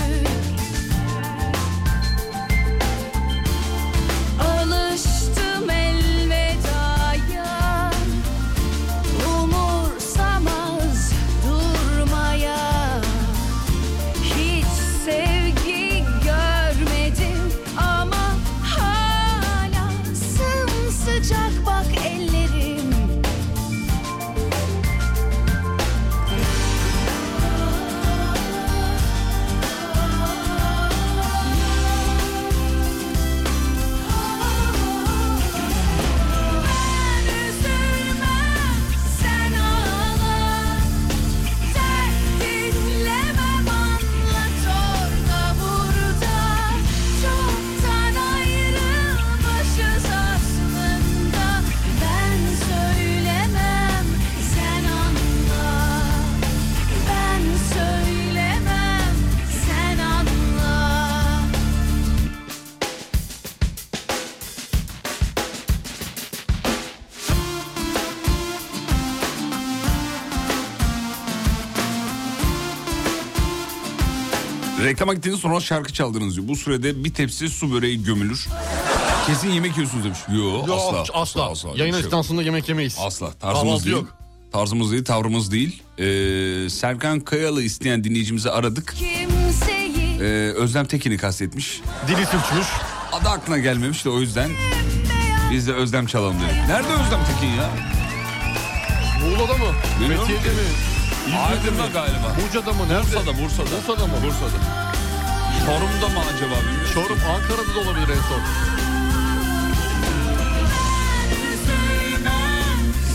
Alıştım elvedaya. Umursamaz durmaya Hiç sevgi görmedim ama hala sımsıcak bak ellerim Sen ağla, dert dinlemem anlat orada burada Çoktan ayrılmışız aslında Ben söylemem, sen anla Ben söylemem, sen anla Reklama gittiğiniz sonra şarkı çaldınız diyor. Bu sürede bir tepsi su böreği gömülür. Kesin yemek yiyorsunuz demiş. Yo, Yo, asla, şey asla. Yayın Yok. esnasında yemek yemeyiz. Asla. Tarzımız Kahvaltı değil. yok. Tarzımız değil, tavrımız değil. Ee, Serkan Kayalı isteyen dinleyicimizi aradık. Kimseyi Ee, Özlem Tekin'i kastetmiş. Dili sürçmüş. Adı aklına gelmemiş de o yüzden biz de Özlem çalalım dedik. Nerede Özlem Tekin ya? Muğla'da mı? Bilmiyorum Fethiye'de ki. mi? Aydın'da galiba. Buca'da mı? Nerede? Bursa'da, Bursa'da. Bursa'da mı? Bursa'da. Çorum'da mı acaba bilmiyorum. Çorum, Ankara'da da olabilir en son.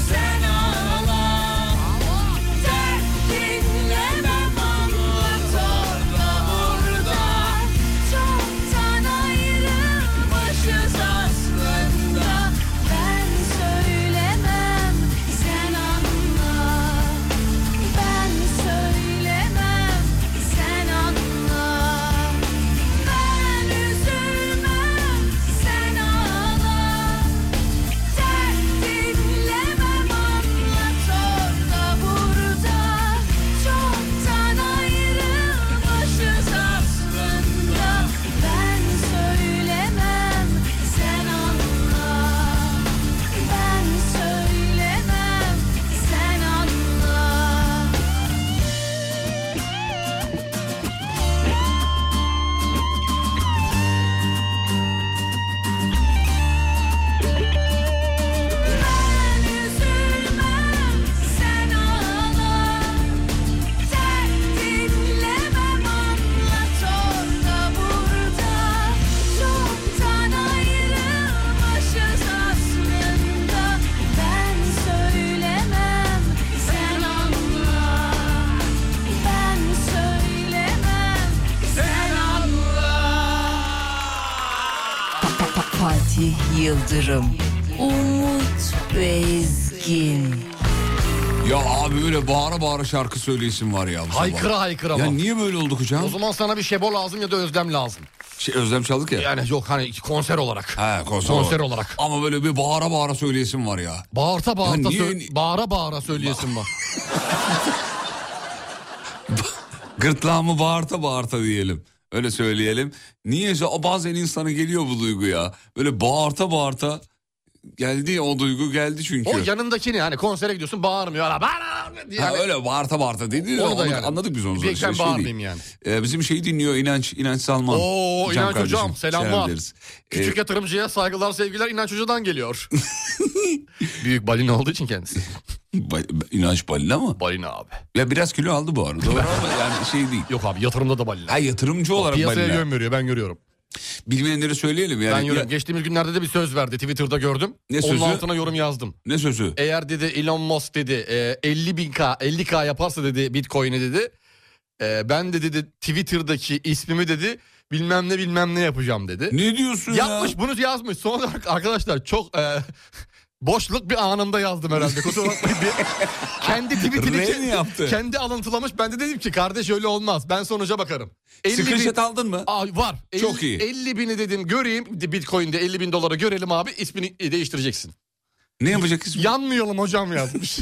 Sen ağla, dert dinlemem anlat orada burada Fatih Yıldırım, Umut Bezgin. Ya abi böyle bağıra bağıra şarkı söyleyesin var ya. bu sabah. Haykıra haykıra Ya bak. niye böyle olduk hocam? O zaman sana bir şebo lazım ya da özlem lazım. Şey, Özlem çaldık ya. Yani yok hani konser olarak. He konser, Konser olarak. Ama böyle bir bağıra bağıra söyleyesin var ya. Bağırta bağırta, Ya niye- sö- bağıra bağıra söyleyesin bak. Gırtlağımı bağırta bağırta diyelim. Öyle söyleyelim. Niyeyse o bazen insana geliyor bu duygu ya. Böyle bağırta bağırta geldi ya o duygu geldi çünkü. O yanındakini hani konsere gidiyorsun bağırmıyor. Hala bağır diye. Ha, hani- öyle bağırta bağırta dedi. Onu Onu, da yani. anladık biz onu. Bir ben bağırmayayım yani. Ee, bizim şeyi dinliyor İnanç, İnanç Salman. Oo Hocam İnanç kardeşim, Hocam selamlar. ederiz. Ee, Küçük yatırımcıya saygılar sevgiler İnanç Hoca'dan geliyor. Büyük balina olduğu için kendisi. ba- İnanç balina mı? Balina abi. Ya biraz kilo aldı bu arada. Doğru ama yani şey değil. Yok abi yatırımda da balina. Ha yatırımcı olarak Piyasaya balina. yön veriyor ben görüyorum. Bilmeyenlere söyleyelim yani. ben görüyorum. Ya- Geçtiğimiz günlerde de bir söz verdi Twitter'da gördüm. Ne Onun sözü? altına yorum yazdım. Ne sözü? Eğer dedi Elon Musk dedi e, 50 bin K 50 K yaparsa dedi Bitcoin'i dedi. e, ben de dedi Twitter'daki ismimi dedi bilmem ne bilmem ne yapacağım dedi. Ne diyorsun ya? Yapmış bunu yazmış. Son olarak arkadaşlar çok e, boşluk bir anımda yazdım herhalde. Kusura bakmayın. Bir- kendi tweetini Re mi yaptı? kendi alıntılamış. Ben de dedim ki kardeş öyle olmaz. Ben sonuca bakarım. 50 bin- Screenshot aldın mı? Aa, var. Çok iyi. 50 bini dedim göreyim. Bitcoin'de 50 bin dolara görelim abi. ismini değiştireceksin. Ne yapacak ismi? Yanmayalım hocam yazmış.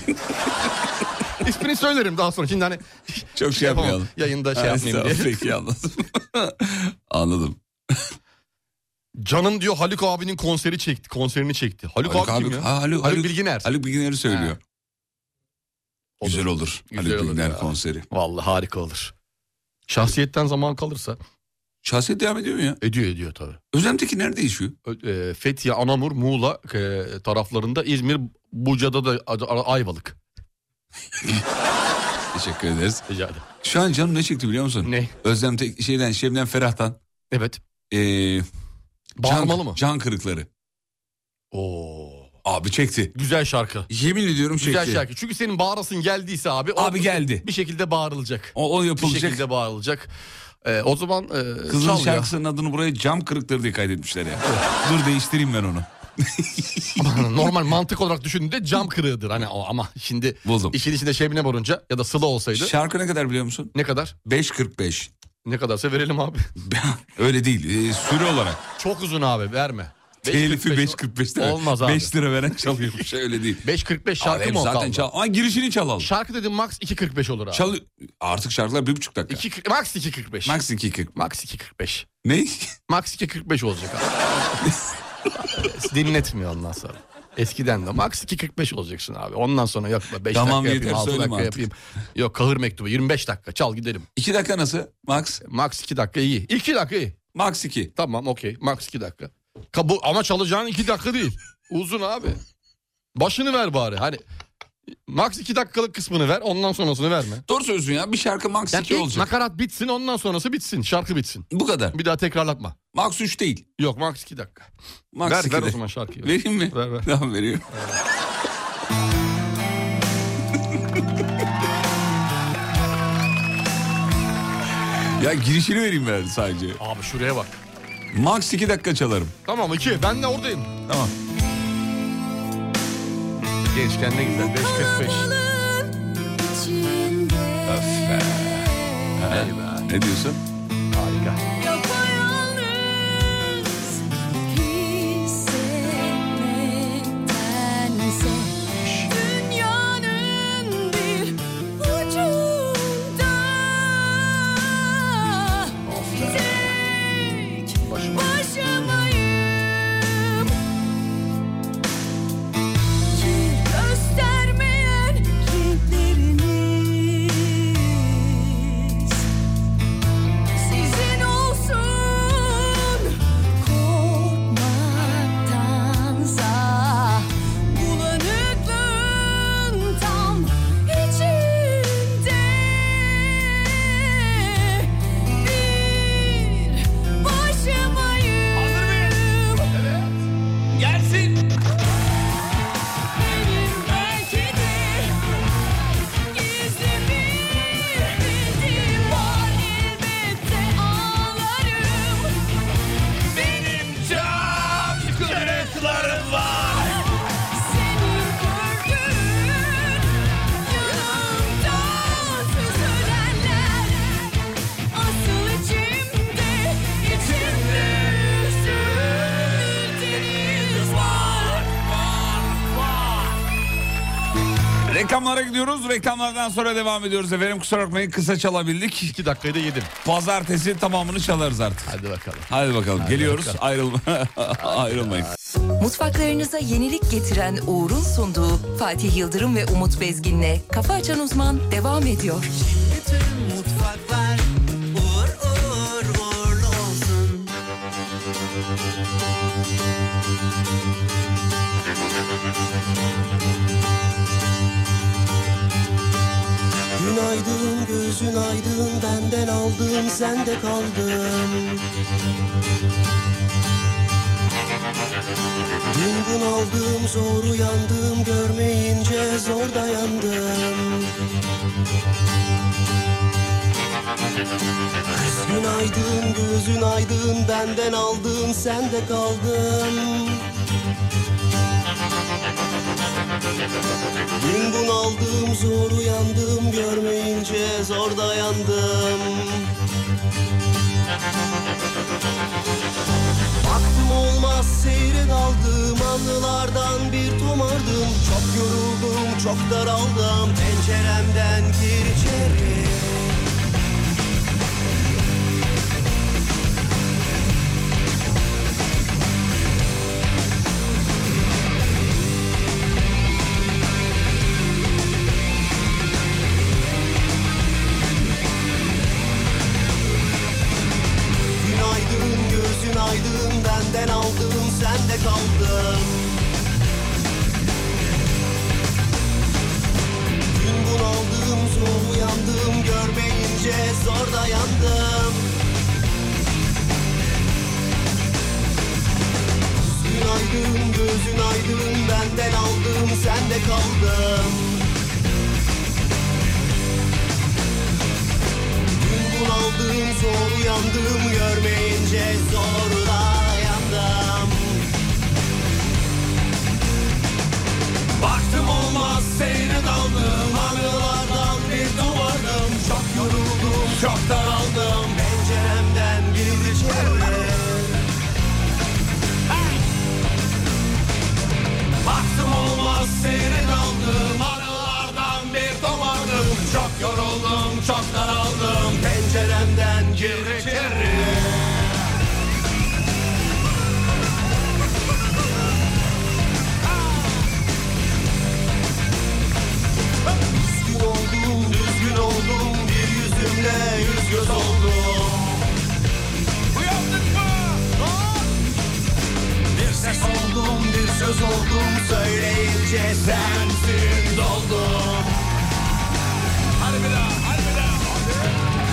İsmini söylerim daha sonra. Şimdi hani Çok şey yapamam. yapmayalım. Yayında şey Ha, yapmayayım tamam, diye. Peki anladım. anladım. Canım diyor Haluk abinin konseri çekti. Konserini çekti. Haluk, Haluk abi, abi- kim ya? Ha, Haluk- Haluk- Bilginer. Haluk Bilginer'i söylüyor. Güzel olur. Güzel Haluk olur Bilginer ya. konseri. Vallahi harika olur. Şahsiyetten zaman kalırsa. Şahsiyet devam ediyor mu ya? Ediyor ediyor tabii. Özlem'deki nerede yaşıyor? Ö- e, Fethiye, Anamur, Muğla e, taraflarında İzmir, Buca'da da Ad- Ar- Ayvalık. Teşekkür ederiz. Rica ederim. Şu an canım ne çekti biliyor musun? Ne? Özlem tek, şeyden Şebnem Ferah'tan. Evet. Ee, Bağırmalı can, mı? Can kırıkları. Oo. Abi çekti. Güzel şarkı. Yemin ediyorum çekti. Güzel şarkı. Çünkü senin bağırasın geldiyse abi. o- Abi geldi. Bir şekilde bağırılacak. O, o Bir yapılacak. şekilde bağırılacak. E, o zaman e, Kızın çal ya. şarkısının adını buraya cam kırıkları diye kaydetmişler ya. Dur değiştireyim ben onu. Normal mantık olarak düşündüğünde cam kırığıdır. Hani o ama şimdi Buldum. işin içinde Şebnem olunca ya da Sıla olsaydı. Şarkı ne kadar biliyor musun? Ne kadar? 5.45. Ne kadarsa verelim abi. Öyle değil. e, süre olarak. Çok uzun abi verme. Telifi 5.45 5.45 lira. Olmaz abi. 5 lira veren çalıyormuş öyle değil. 5.45 Abi şarkı hem mı o zaten kaldı? çal. Ama girişini çalalım. Şarkı dedim max 2.45 olur abi. Çal... Artık şarkılar 1.5 dakika. İki kırk- max 2.45. Max 2.40. Max 2.45. Ne? Max 2.45 olacak abi. Dinletmiyor ondan sonra. Eskiden de max 2.45 olacaksın abi. Ondan sonra yok 5 Tamam, dakika yeter, yapayım 6 söyleme dakika artık. yapayım. Yok kahır mektubu 25 dakika çal gidelim. 2 dakika nasıl Max? Max 2 dakika iyi. 2 dakika iyi. Max 2. Tamam okey max 2 dakika. Ka- bu- ama çalacağın 2 dakika değil. Uzun abi. Başını ver bari hani. Max 2 dakikalık kısmını ver ondan sonrasını verme. Doğru söylüyorsun ya bir şarkı Max Yani 2 ilk olacak. nakarat bitsin ondan sonrası bitsin şarkı bitsin. Bu kadar. Bir daha tekrarlatma. Max 3 değil. Yok max 2 dakika. Max ver, 2 ver o zaman şarkıyı. Vereyim mi? Ver, ver. Tamam veriyorum. ya girişini vereyim ben sadece. Abi şuraya bak. Max 2 dakika çalarım. Tamam iki ben de oradayım. Tamam. Gençken ne güzel 5.45. Öf be. Ha, Ne diyorsun? Harika. Yapayalnız hissetmektense Dünyanın bir ucunda Tek başımayım Göstermeyen kilitleriniz sizin ol Reklamlara gidiyoruz. Reklamlardan sonra devam ediyoruz efendim. Kusura bakmayın kısa çalabildik. 2 dakikayı da yedim. Pazartesi tamamını çalarız artık. Hadi bakalım. Hadi bakalım. Hadi Geliyoruz. bakalım. Ayrılma. Ayrılmayın. Mutfaklarınıza yenilik getiren Uğur'un sunduğu Fatih Yıldırım ve Umut Bezgin'le Kafa Açan Uzman devam ediyor. Tüm mutfaklar uğur uğur uğurlu olsun. Günaydın gözün aydın benden aldın sende kaldım Dün gün aldım zor uyandım görmeyince zor dayandım Kız günaydın gözün aydın benden aldın sende kaldım Dün bunaldım zor uyandım görmeyince zor dayandım Baktım olmaz seyre daldım anılardan bir tomardım Çok yoruldum çok daraldım penceremden gir içeri Günaydın gözün aydın benden aldın sende kaldın Gün bunaldım zor uyandım görmeyince zor dayandım Günaydın gözün aydın benden aldım sende kaldım Gün bunaldım zor uyandım görmeyince zor dayandım Baktım olmaz seyre daldım anılardan bir duvardım Çok yoruldum çok daraldım penceremden bir içeri Baktım olmaz seyre daldım anılardan bir duvardım Çok yoruldum çok daraldım penceremden gir içeri Düzgün oldum, düzgün oldum Bir yüzümle yüz göz oldum Uyandık mı? Bir ses oldum, bir söz oldum Söyleyince sensin doldum Hadi bir daha, hadi bir daha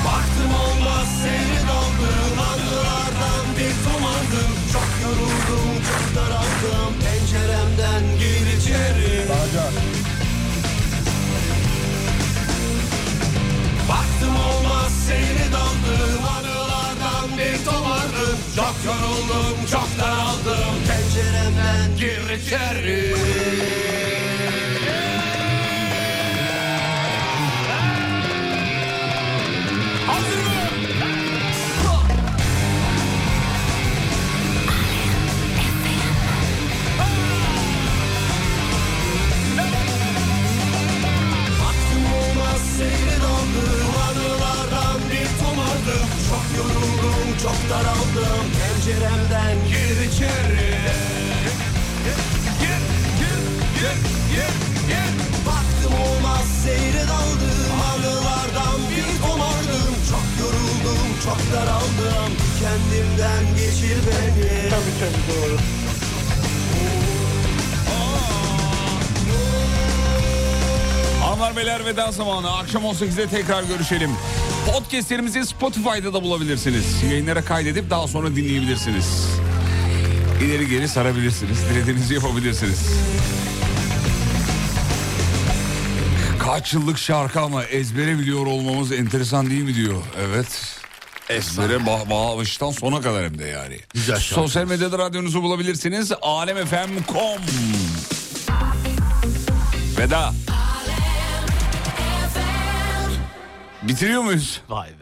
Baktım olmaz seni doldum Anılardan bir tomardım Çok yoruldum, çok daraldım Penceremden gir içeri Baktım olmaz seni daldım Anılardan bir tomardım Çok yoruldum çok daraldım Penceremden gir içeri Hazır mı? Baktım olmaz seni daldım Anılardan bir tomardım Çok yoruldum çok daraldım Penceremden gir içeri Gir gir gir gir gir Baktım olmaz seyre daldım Anılardan bir tomardım Çok yoruldum çok daraldım Kendimden geçir beni Tabii tabii doğru Hanımlar beyler veda zamanı. Akşam 18'de tekrar görüşelim. Podcastlerimizi Spotify'da da bulabilirsiniz. Yayınlara kaydedip daha sonra dinleyebilirsiniz. İleri geri sarabilirsiniz. Dilediğinizi yapabilirsiniz. Kaç yıllık şarkı ama ezbere biliyor olmamız enteresan değil mi diyor. Evet. Ezbere ba- ba- baştan sona kadar hem de yani. Güzel şarkı. Sosyal medyada radyonuzu bulabilirsiniz. Alemfm.com Veda. Bitiriyor muyuz? Vay be.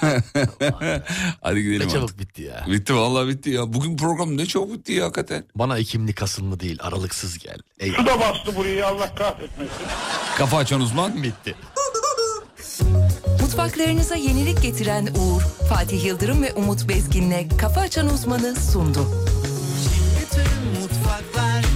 Hadi gidelim Ne artık. çabuk bitti ya. Bitti vallahi bitti ya. Bugün program ne çabuk bitti ya hakikaten. Bana Ekimli Kasımlı değil aralıksız gel. Ey Su da bastı burayı Allah kahretmesin. Kafa açan uzman. Bitti. Mutfaklarınıza yenilik getiren Uğur, Fatih Yıldırım ve Umut Bezgin'le Kafa Açan Uzman'ı sundu. Bütün mutfaklar